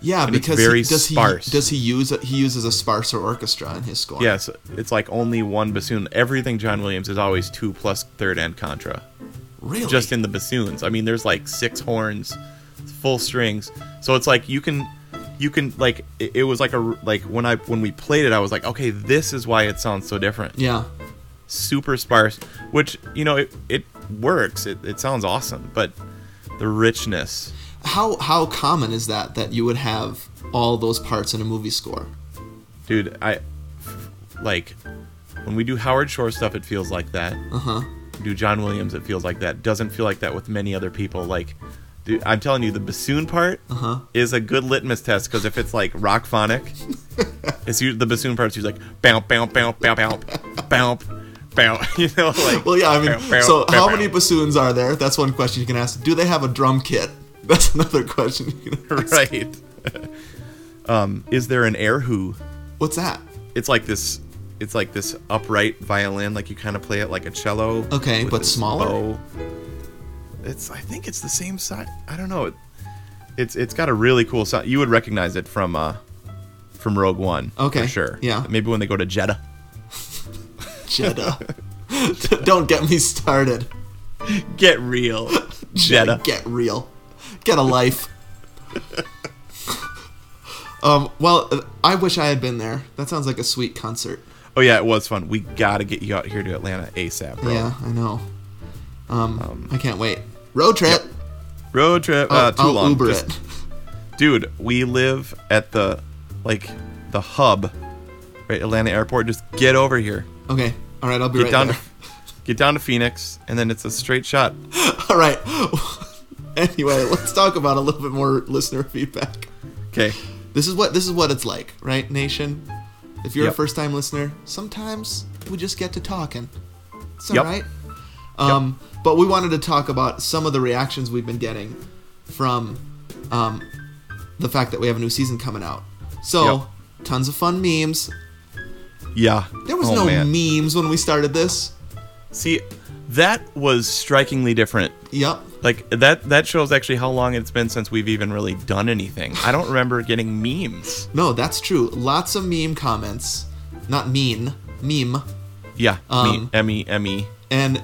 Speaker 3: Yeah,
Speaker 7: And it's
Speaker 3: because
Speaker 7: very
Speaker 3: he, does
Speaker 7: sparse.
Speaker 3: he does he use he uses a sparser orchestra in his score?
Speaker 7: Yes, it's like only one bassoon. Everything John Williams is always two plus third and contra.
Speaker 3: Really?
Speaker 7: Just in the bassoons. I mean, there's like six horns, full strings. So it's like you can you can like it, it was like a r- like when I when we played it I was like, "Okay, this is why it sounds so different."
Speaker 3: Yeah.
Speaker 7: super sparse, which you know it, it works. It, it sounds awesome, but the richness.
Speaker 3: How how common is that that you would have all those parts in a movie score?
Speaker 7: dude i like when we do howard shore stuff it feels like that
Speaker 3: Uh-huh.
Speaker 7: do john williams it feels like that doesn't feel like that with many other people like dude, i'm telling you the bassoon part
Speaker 3: Uh-huh.
Speaker 7: is a good litmus test because if it's like rock phonic it's usually the bassoon part's usually like bounce bounce bounce bounce bounce bounce bounce you know like
Speaker 3: Well, yeah, I mean,
Speaker 7: bounce, bounce,
Speaker 3: so
Speaker 7: bounce,
Speaker 3: how
Speaker 7: bounce.
Speaker 3: many bassoons are there? That's one question you can ask. Do they have a drum kit? That's another question. You can ask.
Speaker 7: right um is there an air who
Speaker 3: What's that?
Speaker 7: it's like this it's like this upright violin like you kind of play it like a cello
Speaker 3: Okay,
Speaker 7: with
Speaker 3: but
Speaker 7: this
Speaker 3: smaller?
Speaker 7: bow. it's i think it's the same size i don't know it, it's it's got a really cool sound you would recognize it from uh from rogue one
Speaker 3: Okay,
Speaker 7: for sure
Speaker 3: yeah.
Speaker 7: maybe when they go to jeddah
Speaker 3: Jeddah. Don't get me started.
Speaker 7: get real jeddah
Speaker 3: Get real. Get a life. um, well, uh, I wish I had been there. That sounds like a sweet concert.
Speaker 7: oh yeah it was fun we gotta get you out here to atlanta asap bro
Speaker 3: Yeah, I know. Um, I can't wait. Road trip.
Speaker 7: road trip uh,
Speaker 3: I'll-
Speaker 7: too
Speaker 3: I'll
Speaker 7: long
Speaker 3: Uber
Speaker 7: Just-
Speaker 3: it.
Speaker 7: dude we live at the like the hub right atlanta airport just get over here
Speaker 3: Okay. All right, I'll be
Speaker 7: get
Speaker 3: right
Speaker 7: down
Speaker 3: there.
Speaker 7: to get down to Phoenix, and then it's a straight shot.
Speaker 3: All right. anyway, let's talk about a little bit more listener feedback.
Speaker 7: Okay,
Speaker 3: This is what this is what it's like, right, Nation? If you're a
Speaker 7: Yep.
Speaker 3: first-time listener, sometimes we just get to talking. It's all
Speaker 7: Yep.
Speaker 3: right. Um, But we wanted to talk about some of the reactions we've been getting from um, the fact that we have a new season coming out. So, tons of fun memes.
Speaker 7: yeah.
Speaker 3: There was
Speaker 7: Oh,
Speaker 3: no
Speaker 7: man.
Speaker 3: memes when we started this.
Speaker 7: See, that was strikingly different.
Speaker 3: Yep.
Speaker 7: Like that that shows actually how long it's been since we've even really done anything. I don't remember getting memes.
Speaker 3: No, that's true. Lots of meme comments. Not mean, meme.
Speaker 7: Yeah,
Speaker 3: Um,
Speaker 7: me, E Emmy, Emmy.
Speaker 3: And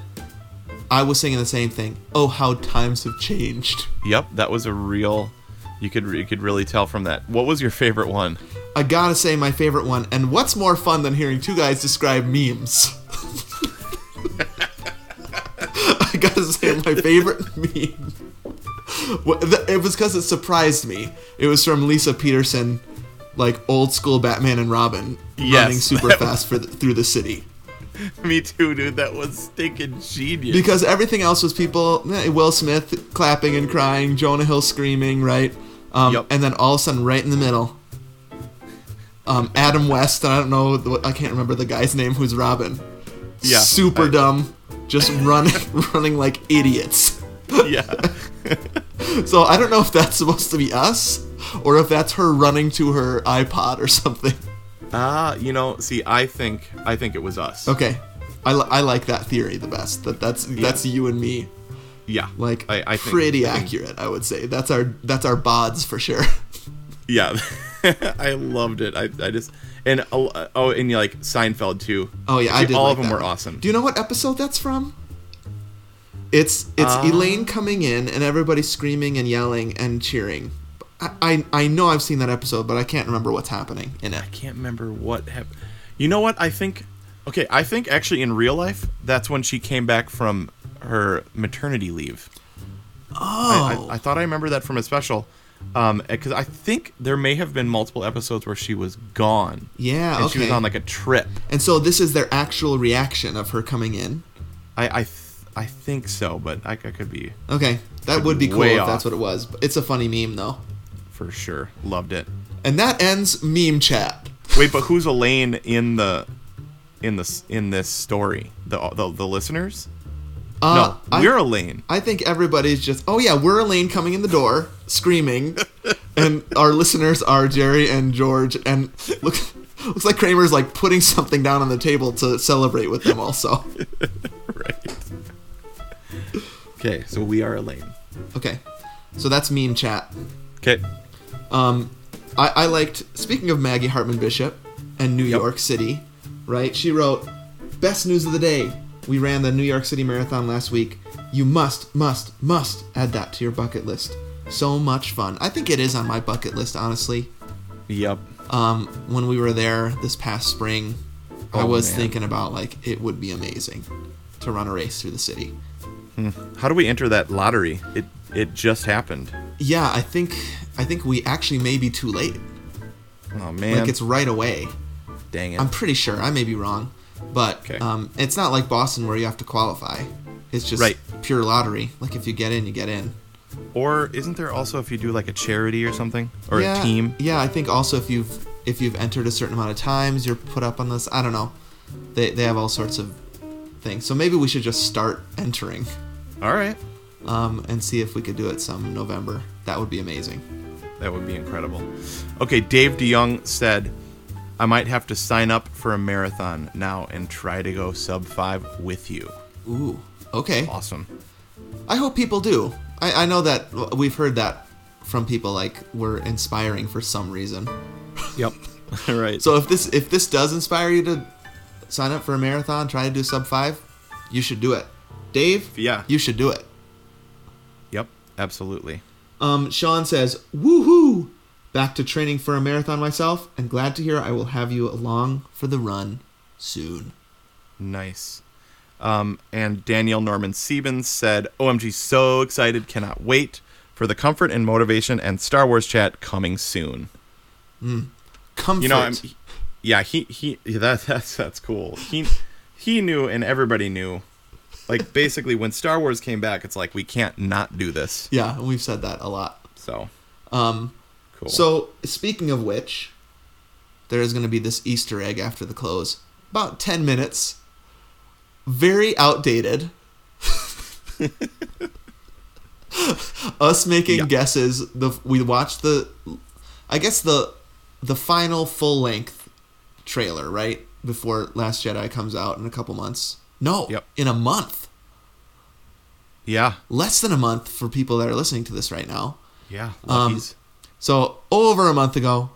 Speaker 3: I was singing the same thing. Oh, how times have changed.
Speaker 7: Yep, that was a real. You could you could really tell from that. What was your favorite one?
Speaker 3: I gotta say my favorite one. And what's more fun than hearing two guys describe memes? I gotta say my favorite meme. wa- th- It was because it surprised me. It was from Lisa Peterson, like old school Batman and Robin,
Speaker 7: Yes,
Speaker 3: running super
Speaker 7: that
Speaker 3: fast for the, through the city.
Speaker 7: Me too, dude. That was stinking genius.
Speaker 3: Because everything else was people, eh, Will Smith clapping and crying, Jonah Hill screaming, right? Um,
Speaker 7: Yep.
Speaker 3: And then all of a sudden, right in the middle, um, Adam West, and I don't know, the- I can't remember the guy's name who's Robin.
Speaker 7: Yeah,
Speaker 3: Super dumb, just running, running like idiots.
Speaker 7: yeah.
Speaker 3: So I don't know if that's supposed to be us or if that's her running to her iPod or something.
Speaker 7: Ah, you know, see, I think I think it was us.
Speaker 3: Okay. I, li- I like that theory the best. That that's that's you and me.
Speaker 7: Yeah,
Speaker 3: Like
Speaker 7: I, I think,
Speaker 3: pretty
Speaker 7: I think-
Speaker 3: accurate, I would say. That's our that's our bods for sure.
Speaker 7: yeah, I loved it. I, I just and oh, oh, and you like Seinfeld too.
Speaker 3: Oh yeah, I
Speaker 7: See,
Speaker 3: did.
Speaker 7: All
Speaker 3: like
Speaker 7: of them
Speaker 3: that
Speaker 7: were
Speaker 3: one.
Speaker 7: awesome.
Speaker 3: Do you know what episode that's from? It's it's
Speaker 7: Uh,
Speaker 3: Elaine coming in and everybody screaming and yelling and cheering. I, I I know I've seen that episode, but I can't remember what's happening in it.
Speaker 7: I can't remember what happened. You know what? I think. Okay, I think actually in real life, that's when she came back from her maternity leave. I,
Speaker 3: Oh,
Speaker 7: I, I thought I remember that from a special, because I think there may have been multiple episodes where she was gone.
Speaker 3: yeah,
Speaker 7: and
Speaker 3: okay.
Speaker 7: she was on like a trip.
Speaker 3: and so this is their actual reaction of her coming in.
Speaker 7: I I, th- I think so, but I, I could be
Speaker 3: Okay, that would be cool
Speaker 7: Way
Speaker 3: if
Speaker 7: off.
Speaker 3: that's what it was. But It's a funny meme though,
Speaker 7: for sure. Loved it.
Speaker 3: and that ends meme chat.
Speaker 7: Wait, but who's Elaine in the in this in this story? The uh, the, the listeners?
Speaker 3: Uh,
Speaker 7: no,
Speaker 3: I-
Speaker 7: we're Elaine.
Speaker 3: I think everybody's just, oh yeah, we're Elaine coming in the door, screaming, and our listeners are Jerry and George, and look, looks like Kramer's like putting something down on the table to celebrate with them also.
Speaker 7: Okay, so we are Elaine.
Speaker 3: Okay, so that's meme chat.
Speaker 7: Okay.
Speaker 3: Um, I, I liked, speaking of Maggie Hartman Bishop and New York City, right? She wrote, Best news of the day. We ran the New York City Marathon last week. You must, must, must add that to your bucket list. So much fun. I think it is on my bucket list, honestly.
Speaker 7: Yep.
Speaker 3: Um, when we were there this past spring, I
Speaker 7: Oh,
Speaker 3: was
Speaker 7: man.
Speaker 3: thinking about like it would be amazing to run a race through the city.
Speaker 7: How do we enter that lottery? It it just happened.
Speaker 3: Yeah, I think I think we actually may be too late.
Speaker 7: Oh man.
Speaker 3: Like it's right away.
Speaker 7: dang it.
Speaker 3: I'm pretty sure. I may be wrong, but
Speaker 7: Okay.
Speaker 3: um, it's not like Boston where you have to qualify. It's just
Speaker 7: Right.
Speaker 3: pure lottery. Like if you get in, you get in.
Speaker 7: or isn't there also if you do like a charity or something or
Speaker 3: yeah,
Speaker 7: a team?
Speaker 3: Yeah, I think also if you've if you've entered a certain amount of times, you're put up on this. I don't know. They they have all sorts of things. So maybe we should just start entering.
Speaker 7: All right.
Speaker 3: um, and see if we could do it some November. That would be amazing.
Speaker 7: That would be incredible. Okay, Dave DeYoung said, I might have to sign up for a marathon now and try to go sub five with you.
Speaker 3: Ooh, okay.
Speaker 7: Awesome.
Speaker 3: I hope people do. I, I know that we've heard that from people like we're inspiring for some reason.
Speaker 7: Yep. All right. So
Speaker 3: So if this if this does inspire you to sign up for a marathon, try to do sub five, you should do it. Dave,
Speaker 7: Yeah.
Speaker 3: you should do it.
Speaker 7: yep, absolutely.
Speaker 3: Um, Sean says, "Woohoo! Back to training for a marathon myself, and glad to hear I will have you along for the run soon."
Speaker 7: Nice. Um, and Danielle Norman Siebens said, OMG, so excited, cannot wait for the comfort and motivation and Star Wars chat coming soon.
Speaker 3: Comfort.
Speaker 7: You know, I'm, yeah, he he yeah, that that's that's cool. He he knew and everybody knew. Like basically when Star Wars came back, it's like we can't not do this.
Speaker 3: yeah, we've said that a lot.
Speaker 7: So
Speaker 3: Um,
Speaker 7: cool.
Speaker 3: So, speaking of which, there is going to be this Easter egg after the close. About 10 minutes. Very outdated. Us making
Speaker 7: Yeah.
Speaker 3: guesses. The we watched the I guess the the final full-length trailer, right? Before Last Jedi comes out in a couple months. No,
Speaker 7: Yep.
Speaker 3: in a month.
Speaker 7: yeah,
Speaker 3: Less than a month for people that are listening to this right now.
Speaker 7: yeah.
Speaker 3: Um,
Speaker 7: luckies.
Speaker 3: So over a month ago,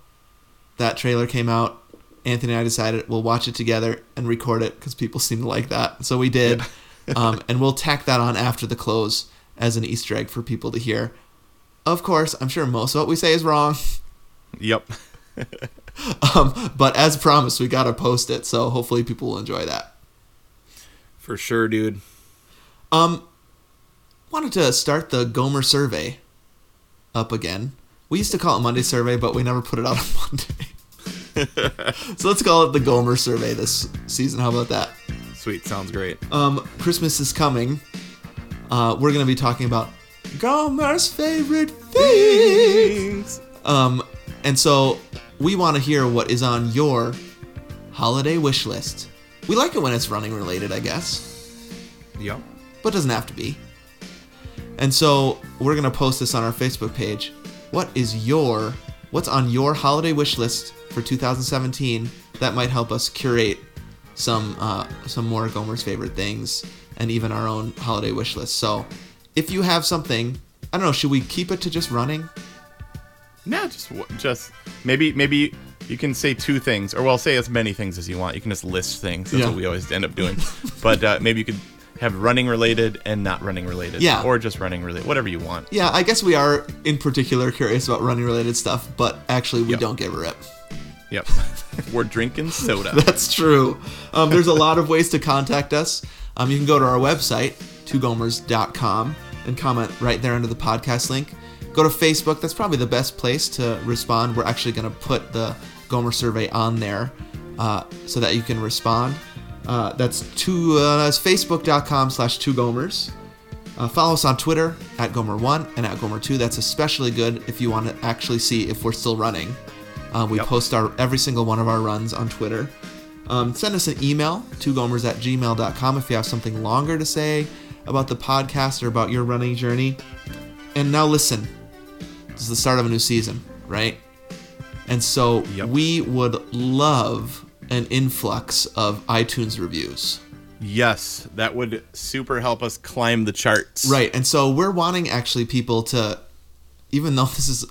Speaker 3: that trailer came out. Anthony and I decided we'll watch it together and record it because people seem to like that. So we did, um, and we'll tack that on after the close as an Easter egg for people to hear. Of course, I'm sure most of what we say is wrong,
Speaker 7: yep.
Speaker 3: um, but as promised, we got to post it, so hopefully people will enjoy that.
Speaker 7: For sure, dude.
Speaker 3: Um, Wanted to start the Gomer survey up again. We used to call it Monday survey, but we never put it out on Monday. so let's call it the Gomer survey this season. How about that?
Speaker 7: Sweet. Sounds great.
Speaker 3: Um, Christmas is coming. Uh, we're gonna be talking about Gomer's favorite things. Um, and so we want to hear what is on your holiday wish list. We like it when it's running related, I guess,
Speaker 7: Yep.
Speaker 3: but doesn't have to be. And so we're gonna post this on our Facebook page. What is your what's on your holiday wish list for 2017 that might help us curate some uh, some more Gomer's favorite things and even our own holiday wish list. So if you have something, I don't know, should we keep it to just running?
Speaker 7: Nah, just wh- just maybe maybe you can say two things, or well, say as many things as you want. You can just list things. That's
Speaker 3: Yeah.
Speaker 7: what we always end up doing. but uh, maybe you could have running related and not running related.
Speaker 3: Yeah.
Speaker 7: Or just running related. Whatever you want.
Speaker 3: Yeah, I guess we are in particular curious about running related stuff, but actually we
Speaker 7: Yep.
Speaker 3: don't give a rip.
Speaker 7: Yep. We're drinking soda.
Speaker 3: That's true. Um, there's a lot of ways to contact us. Um, you can go to our website, twogomers.com, and comment right there under the podcast link. Go to Facebook. That's probably the best place to respond. We're actually going to put the Gomer survey on there uh, so that you can respond. Uh, that's two, uh, that's facebook.com slash twogomers. Uh, follow us on Twitter at Gomer1 and at Gomer2. That's especially good if you want to actually see if we're still running. Uh, we post our every single one of our runs on Twitter. Um, send us an email, twogomers at gmail.com, if you have something longer to say about the podcast or about your running journey. And now listen, this is the start of a new season, right? And so
Speaker 7: Yep.
Speaker 3: we would love an influx of iTunes reviews.
Speaker 7: yes, that would super help us climb the charts.
Speaker 3: Right. And so we're wanting actually people to, even though this is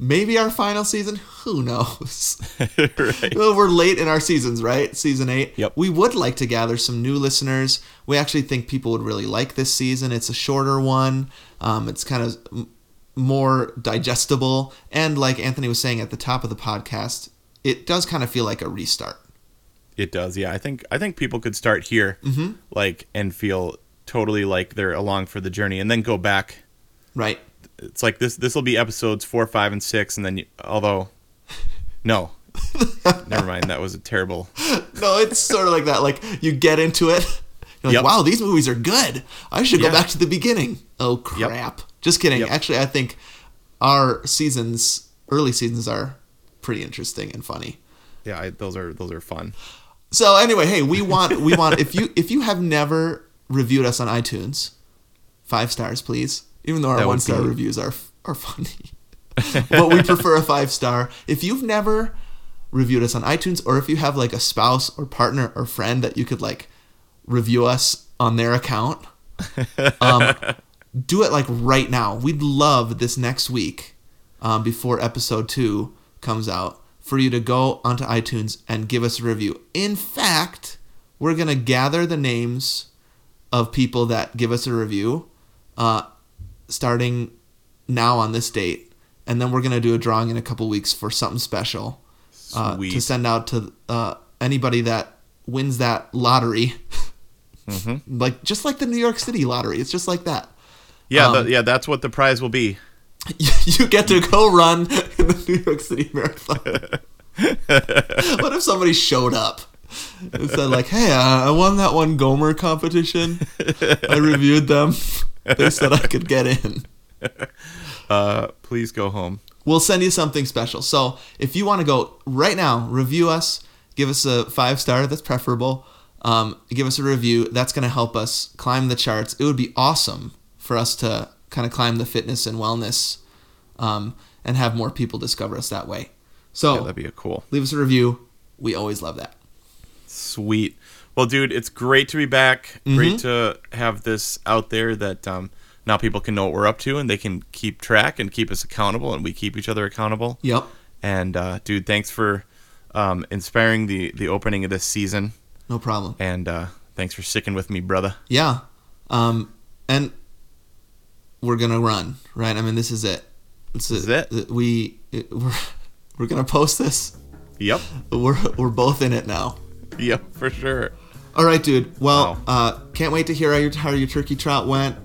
Speaker 3: maybe our final season, who knows?
Speaker 7: right.
Speaker 3: Well, we're late in our seasons, right? Season eight.
Speaker 7: Yep.
Speaker 3: We would like to gather some new listeners. We actually think people would really like this season. It's a shorter one. Um, it's kind of m- more digestible, and like Anthony was saying at the top of the podcast, it does kind of feel like a restart.
Speaker 7: It does. Yeah. I think I think people could start here, like, and feel totally like they're along for the journey, and then go back
Speaker 3: Right.
Speaker 7: it's like this this will be episodes four five and six and then you, although no never mind that was a terrible
Speaker 3: No, it's sort of like that. Like you get into it, you're like,
Speaker 7: Yep.
Speaker 3: "Wow, these movies are good. I should
Speaker 7: Yeah.
Speaker 3: go back to the beginning." Oh crap! Just kidding.
Speaker 7: Yep.
Speaker 3: Actually, I think our seasons, early seasons, are pretty interesting and funny.
Speaker 7: yeah I, those are those are fun
Speaker 3: So anyway, hey, we want we want if you if you have never reviewed us on iTunes, five stars please. Even though our
Speaker 7: That would
Speaker 3: one star
Speaker 7: be-
Speaker 3: reviews are are funny, but we prefer a five star. If you've never reviewed us on iTunes, or if you have like a spouse or partner or friend that you could like review us on their account, um, do it like right now. We'd love this next week um, before episode two comes out for you to go onto iTunes and give us a review. In fact, we're going to gather the names of people that give us a review uh, starting now on this date. And then we're going to do a drawing in a couple weeks for something special uh, to
Speaker 7: Sweet.
Speaker 3: send out to uh, anybody that wins that lottery. Like just like the New York City lottery, it's just like that.
Speaker 7: yeah
Speaker 3: Um,
Speaker 7: the, yeah that's what the prize will be
Speaker 3: you get to go run in the New York City Marathon. what if somebody showed up and said, like, hey, uh, I won that one Gomer competition. I reviewed them. They said I could get in.
Speaker 7: uh please go home
Speaker 3: We'll send you something special. So if you want to go right now, review us, give us a five star, that's preferable. Um, give us a review. That's going to help us climb the charts. It would be awesome for us to kind of climb the fitness and wellness um, and have more people discover us that way.
Speaker 7: yeah,
Speaker 3: So
Speaker 7: that'd be a cool
Speaker 3: leave us a review. We always love that.
Speaker 7: sweet well dude it's great to be back great to have this out there that um now people can know what we're up to and they can keep track and keep us accountable and we keep each other accountable
Speaker 3: Yep.
Speaker 7: and uh dude thanks for um inspiring the the opening of this season
Speaker 3: No problem.
Speaker 7: and uh thanks for sticking with me brother
Speaker 3: Yeah. Um, and we're gonna run, right? I mean, this is it. This
Speaker 7: is it.
Speaker 3: We we're, We're gonna post this.
Speaker 7: Yep.
Speaker 3: We're we're both in it now.
Speaker 7: Yep, for sure.
Speaker 3: All right, dude. Well,
Speaker 7: Wow.
Speaker 3: uh, can't wait to hear how your, how your turkey trout went.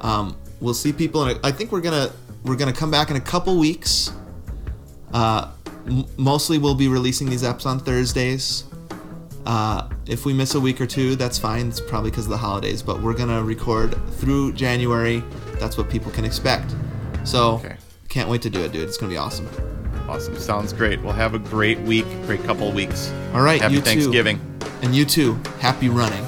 Speaker 3: Um, we'll see people, and I think we're gonna we're gonna come back in a couple weeks. Uh, m- mostly, we'll be releasing these apps on Thursdays. Uh, if we miss a week or two, that's fine. It's probably because of the holidays, but we're gonna record through January. That's what people can expect. So,
Speaker 7: Okay.
Speaker 3: can't wait to do it, dude. It's gonna be awesome.
Speaker 7: Awesome. Sounds great. Well, have a great week, great couple weeks.
Speaker 3: All right,
Speaker 7: Happy
Speaker 3: you too.
Speaker 7: Thanksgiving.
Speaker 3: And you too. Happy running.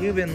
Speaker 10: You've been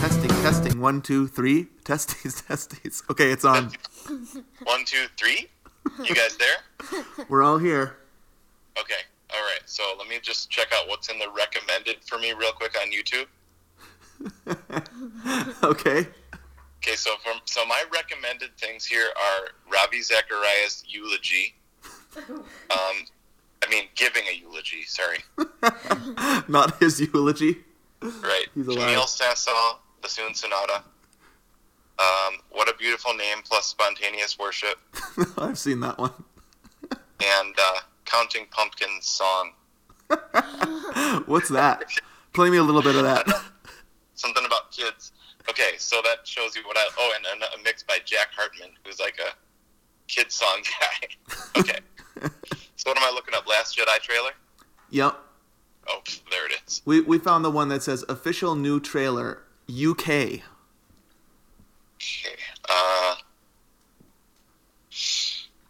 Speaker 3: Testing, testing. One, two, three. Testes, testes. Okay, it's on.
Speaker 4: One, two, three. You guys there?
Speaker 3: We're all here.
Speaker 4: Okay. All right. So let me just check out what's in the recommended for me real quick on YouTube.
Speaker 3: Okay.
Speaker 4: Okay. So from so my recommended things here are Robbie Zacharias eulogy. Um, I mean giving a eulogy. Sorry.
Speaker 3: Not his eulogy.
Speaker 4: Right.
Speaker 3: He's alive.
Speaker 4: Camille Saint-Saëns, bassoon sonata. Um, what a beautiful name plus spontaneous worship
Speaker 3: I've seen that one.
Speaker 4: and uh, counting pumpkins song.
Speaker 3: What's that? Play me a little bit of that.
Speaker 4: something about kids. Okay, so that shows you what I. Oh, and, and a mix by Jack Hartman, who's like a kid song guy. okay. so what am I looking up? Last Jedi trailer.
Speaker 3: Yep.
Speaker 4: Oh, there it is.
Speaker 3: We, we found the one that says official new trailer UK.
Speaker 4: Okay. Uh,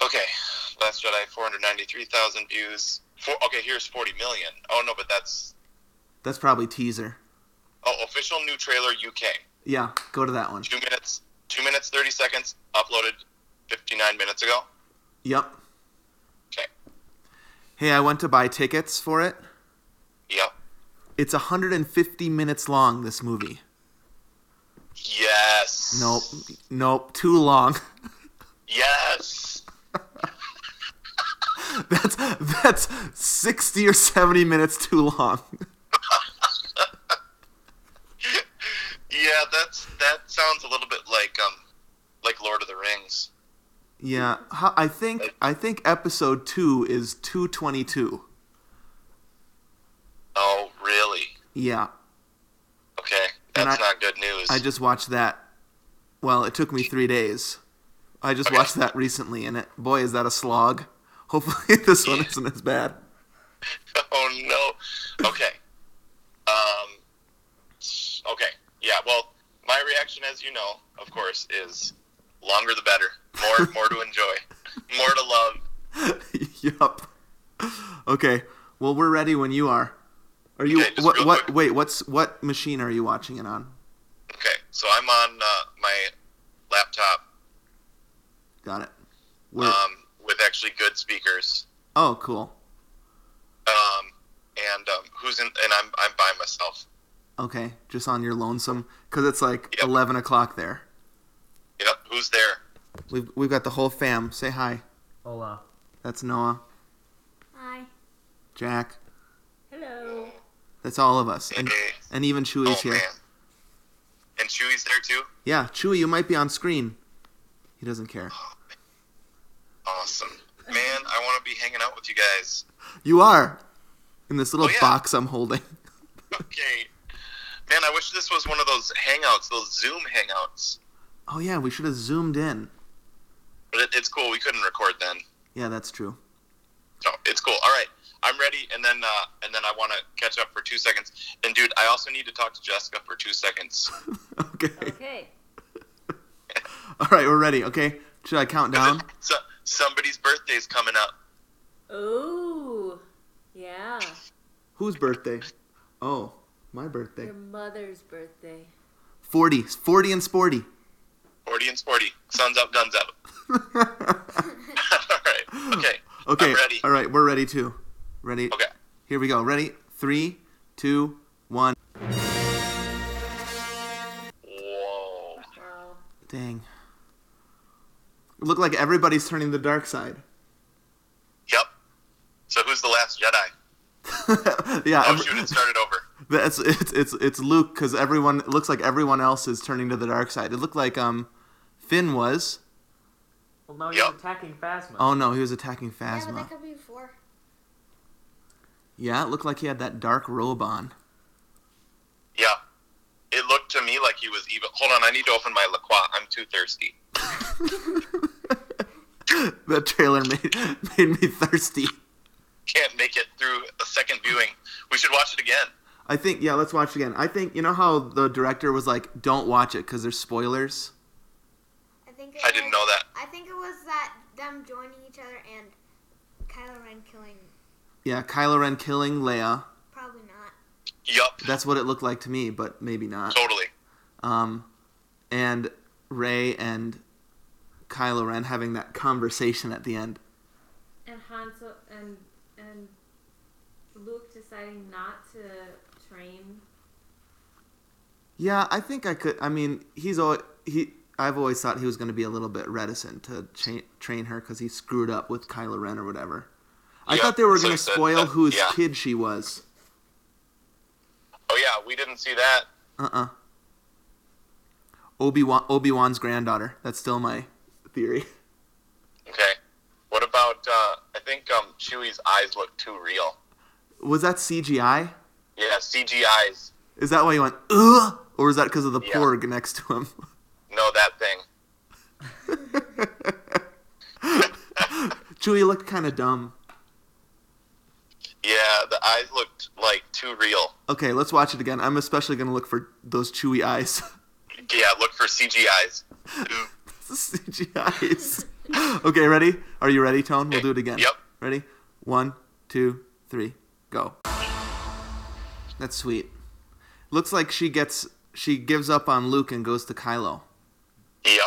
Speaker 4: okay. Last Jedi, four hundred ninety-three thousand views. Four, okay, here's forty million. Oh no, but that's
Speaker 3: That's probably teaser.
Speaker 4: oh official new trailer UK.
Speaker 3: Yeah, go to that one.
Speaker 4: Two minutes, two minutes thirty seconds. Uploaded fifty-nine minutes ago.
Speaker 3: Yep.
Speaker 4: Okay.
Speaker 3: Hey, I went to buy tickets for it.
Speaker 4: Yep.
Speaker 3: It's 150 minutes long, this movie.
Speaker 4: Yes.
Speaker 3: Nope. Nope. Too long.
Speaker 4: Yes.
Speaker 3: That's that's 60 or 70 minutes too long.
Speaker 4: Yeah, that's that sounds a little bit like um like Lord of the Rings.
Speaker 3: Yeah, ho- I think I think episode 2 is 222.
Speaker 4: Oh, really?
Speaker 3: Yeah.
Speaker 4: Okay.
Speaker 3: And
Speaker 4: That's
Speaker 3: I-
Speaker 4: not good news.
Speaker 3: I just watched that. Well, it took me three days. I just
Speaker 4: Okay.
Speaker 3: watched that recently, and it boy is that a slog. Hopefully, this one isn't as bad.
Speaker 4: oh no. Okay. Um Okay. Yeah, well, my reaction as you know, of course, is longer the better. More more to enjoy. More to love.
Speaker 3: yup. Okay. Well, we're ready when you are. Are you?
Speaker 4: Okay, just
Speaker 3: what?
Speaker 4: real
Speaker 3: What?
Speaker 4: quick.
Speaker 3: Wait. What's? What machine are you watching it on?
Speaker 4: Okay. So I'm on uh, my laptop
Speaker 3: Got it. Where?
Speaker 4: um with actually good speakers.
Speaker 3: oh, cool.
Speaker 4: Um and um, who's in and I'm I'm by myself.
Speaker 3: Okay, just on your lonesome, because it's like
Speaker 4: Yep.
Speaker 3: eleven o'clock there.
Speaker 4: Yep, who's there?
Speaker 3: We've we've got the whole fam. Say hi.
Speaker 11: Hola.
Speaker 3: That's Noah,
Speaker 11: Hi.
Speaker 3: Jack.
Speaker 11: Hello.
Speaker 3: That's all of us, and
Speaker 4: Hey.
Speaker 3: and even Chewy's here.
Speaker 4: Oh, And Chewie's there too?
Speaker 3: Yeah, Chewy, you might be on screen. He doesn't care.
Speaker 4: Awesome. Man, I want to be hanging out with you guys.
Speaker 3: You are in this little
Speaker 4: Oh, yeah.
Speaker 3: box I'm holding.
Speaker 4: Okay. Man, I wish this was one of those hangouts, those Zoom hangouts.
Speaker 3: Oh yeah, we should have zoomed in.
Speaker 4: But it, it's cool. We couldn't record then.
Speaker 3: Yeah, that's true.
Speaker 4: So it's cool. All right. I'm ready, and then uh, and then I want to catch up for two seconds. And dude, I also need to talk to Jessica for two seconds.
Speaker 3: Okay.
Speaker 11: Okay.
Speaker 3: All right, we're ready. Okay, should I count down?
Speaker 4: So, somebody's birthday's coming up.
Speaker 11: Ooh. Yeah.
Speaker 3: Whose birthday? Oh, my birthday.
Speaker 11: Your mother's birthday.
Speaker 3: 40. 40 and sporty.
Speaker 4: 40 and sporty. Sun's out, guns out. All right. Okay.
Speaker 3: Okay.
Speaker 4: I'm ready.
Speaker 3: All right, we're ready too. Ready?
Speaker 4: Okay.
Speaker 3: Here we go. Ready? Three, two, one.
Speaker 4: Whoa.
Speaker 11: Wow.
Speaker 3: Dang. Look like everybody's turning the dark side.
Speaker 4: Yep. So who's the last Jedi?
Speaker 3: yeah,
Speaker 4: Oh
Speaker 3: ev-
Speaker 4: shoot! It started over.
Speaker 3: that's it's it's it's Luke because everyone it looks like everyone else is turning to the dark side. It looked like um, Finn was.
Speaker 11: Well, no,
Speaker 4: Yep.
Speaker 11: he's attacking Phasma.
Speaker 3: Oh no, he was attacking
Speaker 12: Yeah, but
Speaker 3: Phasma.
Speaker 12: that could be before.
Speaker 3: Yeah, it looked like he had that dark robe on.
Speaker 4: Yeah. It looked to me like he was even. Hold on, I need to open my LaCroix. I'm too thirsty.
Speaker 3: that trailer made made me thirsty.
Speaker 4: Can't make it through a second viewing. We should watch it again.
Speaker 3: I think yeah, let's watch again. I think you know how the director was like, "Don't watch it because there's spoilers."
Speaker 12: I think. It
Speaker 4: I didn't
Speaker 12: was-
Speaker 4: know that.
Speaker 12: I think it was that them joining each other and Kylo Ren killing.
Speaker 3: Yeah, Kylo Ren killing Leia.
Speaker 12: Probably not.
Speaker 4: Yup.
Speaker 3: That's what it looked like to me, but maybe not.
Speaker 4: Totally.
Speaker 3: Um, and Ray and Kylo Ren having that conversation at the end.
Speaker 11: And Hansel and and Luke deciding not to train.
Speaker 3: Yeah, I think I could. I mean, he's al he. I've always thought he was going to be a little bit reticent to cha- train her because he screwed up with Kylo Ren or whatever. I
Speaker 4: Yeah,
Speaker 3: thought they were
Speaker 4: so
Speaker 3: going to
Speaker 4: he said
Speaker 3: spoil
Speaker 4: that-
Speaker 3: whose
Speaker 4: yeah.
Speaker 3: kid she was.
Speaker 4: Oh yeah, we didn't see that.
Speaker 3: Uh uh Obi Wan Obi Wan's granddaughter. That's still my theory.
Speaker 4: Okay. What about? Uh, I think um, Chewie's eyes look too real.
Speaker 3: Was that CGI?
Speaker 4: Yeah, CGI's.
Speaker 3: Is that why you went ugh, or is that because of the
Speaker 4: Yeah.
Speaker 3: porg next to him?
Speaker 4: No, that thing.
Speaker 3: Chewie looked kind of dumb.
Speaker 4: Yeah, the eyes looked like too real.
Speaker 3: Okay, let's watch it again. I'm especially gonna look for those chewy eyes,
Speaker 4: Yeah, look for CGI's.
Speaker 3: CGI eyes. okay, ready? Are you ready, Tone? We'll do it again.
Speaker 4: Yep.
Speaker 3: Ready? One, two, three, go. That's sweet. Looks like she gets she gives up on Luke and goes to Kylo.
Speaker 4: Yep.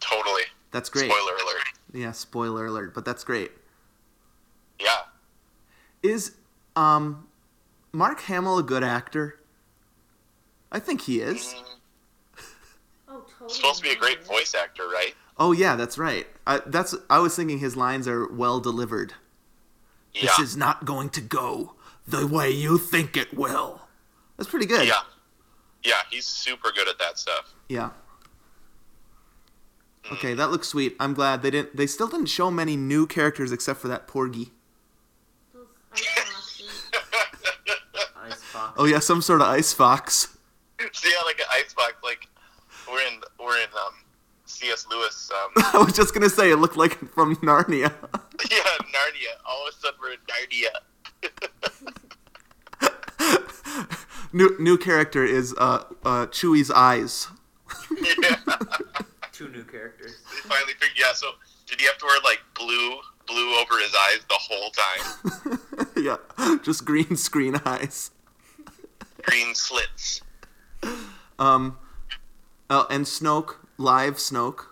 Speaker 4: Totally.
Speaker 3: That's great.
Speaker 4: Spoiler alert.
Speaker 3: Yeah, spoiler alert, but that's great.
Speaker 4: Yeah.
Speaker 3: Is um Mark Hamill a good actor? I think he is.
Speaker 11: Oh, totally.
Speaker 4: Supposed to be a great voice actor, right?
Speaker 3: Oh yeah, that's right. I, that's I was thinking his lines are well delivered.
Speaker 4: Yeah.
Speaker 3: This is not going to go the way you think it will. That's pretty good.
Speaker 4: Yeah. Yeah, he's super good at that stuff.
Speaker 3: Yeah. Okay, that looks sweet. I'm glad they didn't. They still didn't show many new characters except for that Porgy.
Speaker 11: Those ice boxes.
Speaker 4: ice
Speaker 11: fox.
Speaker 3: Oh yeah, some sort of ice fox.
Speaker 4: So yeah, like an icebox. Like we're in we're in um, C.S. Lewis. Um,
Speaker 3: I was just gonna say it looked like from Narnia.
Speaker 4: yeah, Narnia. All of a sudden we're in Narnia.
Speaker 3: new new character is uh, uh Chewie's eyes.
Speaker 4: yeah.
Speaker 11: Two new characters.
Speaker 4: They finally figured. Yeah. So did he have to wear like blue blue over his eyes the whole time?
Speaker 3: yeah, just green screen eyes.
Speaker 4: Green slits.
Speaker 3: Um, oh, and Snoke, live Snoke.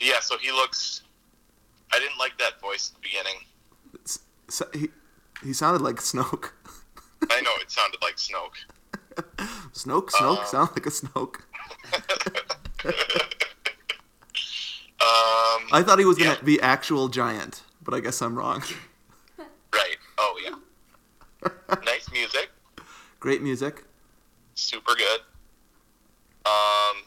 Speaker 4: Yeah. So he looks. I didn't like that voice at the beginning.
Speaker 3: S- s- he, he sounded like Snoke.
Speaker 4: I know it sounded like Snoke.
Speaker 3: Snoke, Snoke,
Speaker 4: Uh.
Speaker 3: sound like a Snoke.
Speaker 4: Um,
Speaker 3: I thought he was
Speaker 4: yeah,
Speaker 3: gonna be actual giant, but I guess I'm wrong.
Speaker 4: Right. Oh yeah. nice music.
Speaker 3: Great music.
Speaker 4: Super good. Um.
Speaker 11: I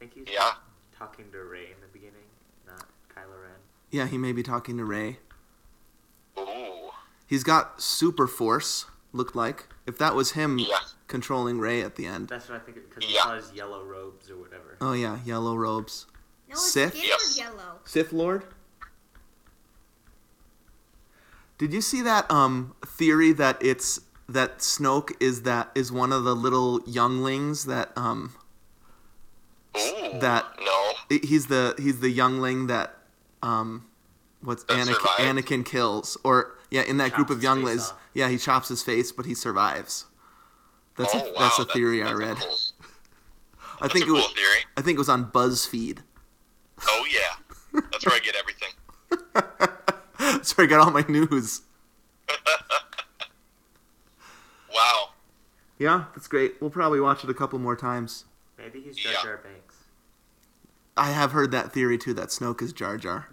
Speaker 11: think he's
Speaker 4: Yeah.
Speaker 11: talking to Ray in the beginning, not Kylo Ren.
Speaker 3: Yeah, he may be talking to Ray.
Speaker 4: Ooh.
Speaker 3: He's got super force. Looked like if that was him
Speaker 4: Yeah.
Speaker 3: controlling Ray at the end.
Speaker 11: That's what I think, because
Speaker 4: Yeah.
Speaker 11: he saw his yellow robes or whatever.
Speaker 3: Oh yeah, yellow robes.
Speaker 12: No, it's
Speaker 3: Sith?
Speaker 12: skin
Speaker 4: Yes.
Speaker 12: yellow.
Speaker 3: Sith Lord. Did you see that um, theory that it's that Snoke is that is one of the little younglings that um,
Speaker 4: Ooh.
Speaker 3: that
Speaker 4: no
Speaker 3: he's the he's the youngling that um what's
Speaker 4: That
Speaker 3: Anakin,
Speaker 4: survived?
Speaker 3: Anakin kills or yeah in that group
Speaker 4: Chops
Speaker 3: of
Speaker 4: his face
Speaker 3: younglings
Speaker 4: off.
Speaker 3: yeah he chops his face but he survives. That's
Speaker 4: Oh,
Speaker 3: a,
Speaker 4: wow,
Speaker 3: that's a
Speaker 4: that's-
Speaker 3: theory I
Speaker 4: that's a
Speaker 3: read.
Speaker 4: cool-
Speaker 3: I think
Speaker 4: a
Speaker 3: it was
Speaker 4: cool theory.
Speaker 3: I think it was on BuzzFeed.
Speaker 4: Oh yeah, that's where I get everything.
Speaker 3: That's where I got all my news.
Speaker 4: Wow.
Speaker 3: Yeah, that's great. We'll probably watch it a couple more times.
Speaker 11: Maybe he's Jar Jar Banks.
Speaker 3: I have heard that theory too that Snoke is Jar Jar.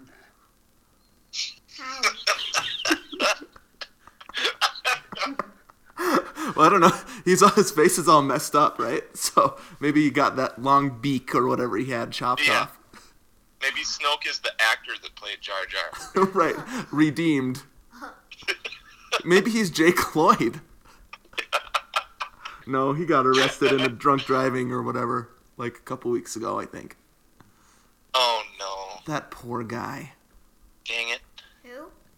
Speaker 3: well, I don't know. He's all his face is all messed up, right? So maybe he got that long beak or whatever he had chopped
Speaker 4: Yeah.
Speaker 3: off.
Speaker 4: Maybe Snoke is the actor that played Jar Jar.
Speaker 3: right, redeemed. Maybe he's Jake Lloyd. No, he got arrested in a drunk driving or whatever, like a couple weeks ago, I think.
Speaker 4: Oh no!
Speaker 3: That poor guy.
Speaker 4: Dang it!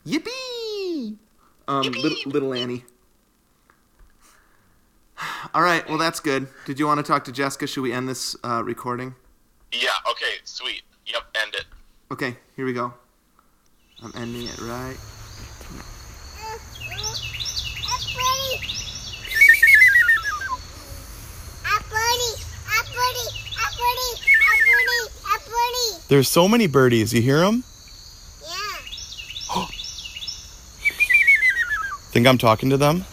Speaker 3: Yippee! Um, lit- little Annie. All right, well that's good. Did you want to talk to Jessica? Should we end this uh, recording?
Speaker 4: Yeah. Okay. Sweet. Yep. End it.
Speaker 3: Okay, here we go. I'm ending it right.
Speaker 7: There's so many birdies. You hear them? Yeah. Think I'm talking to them?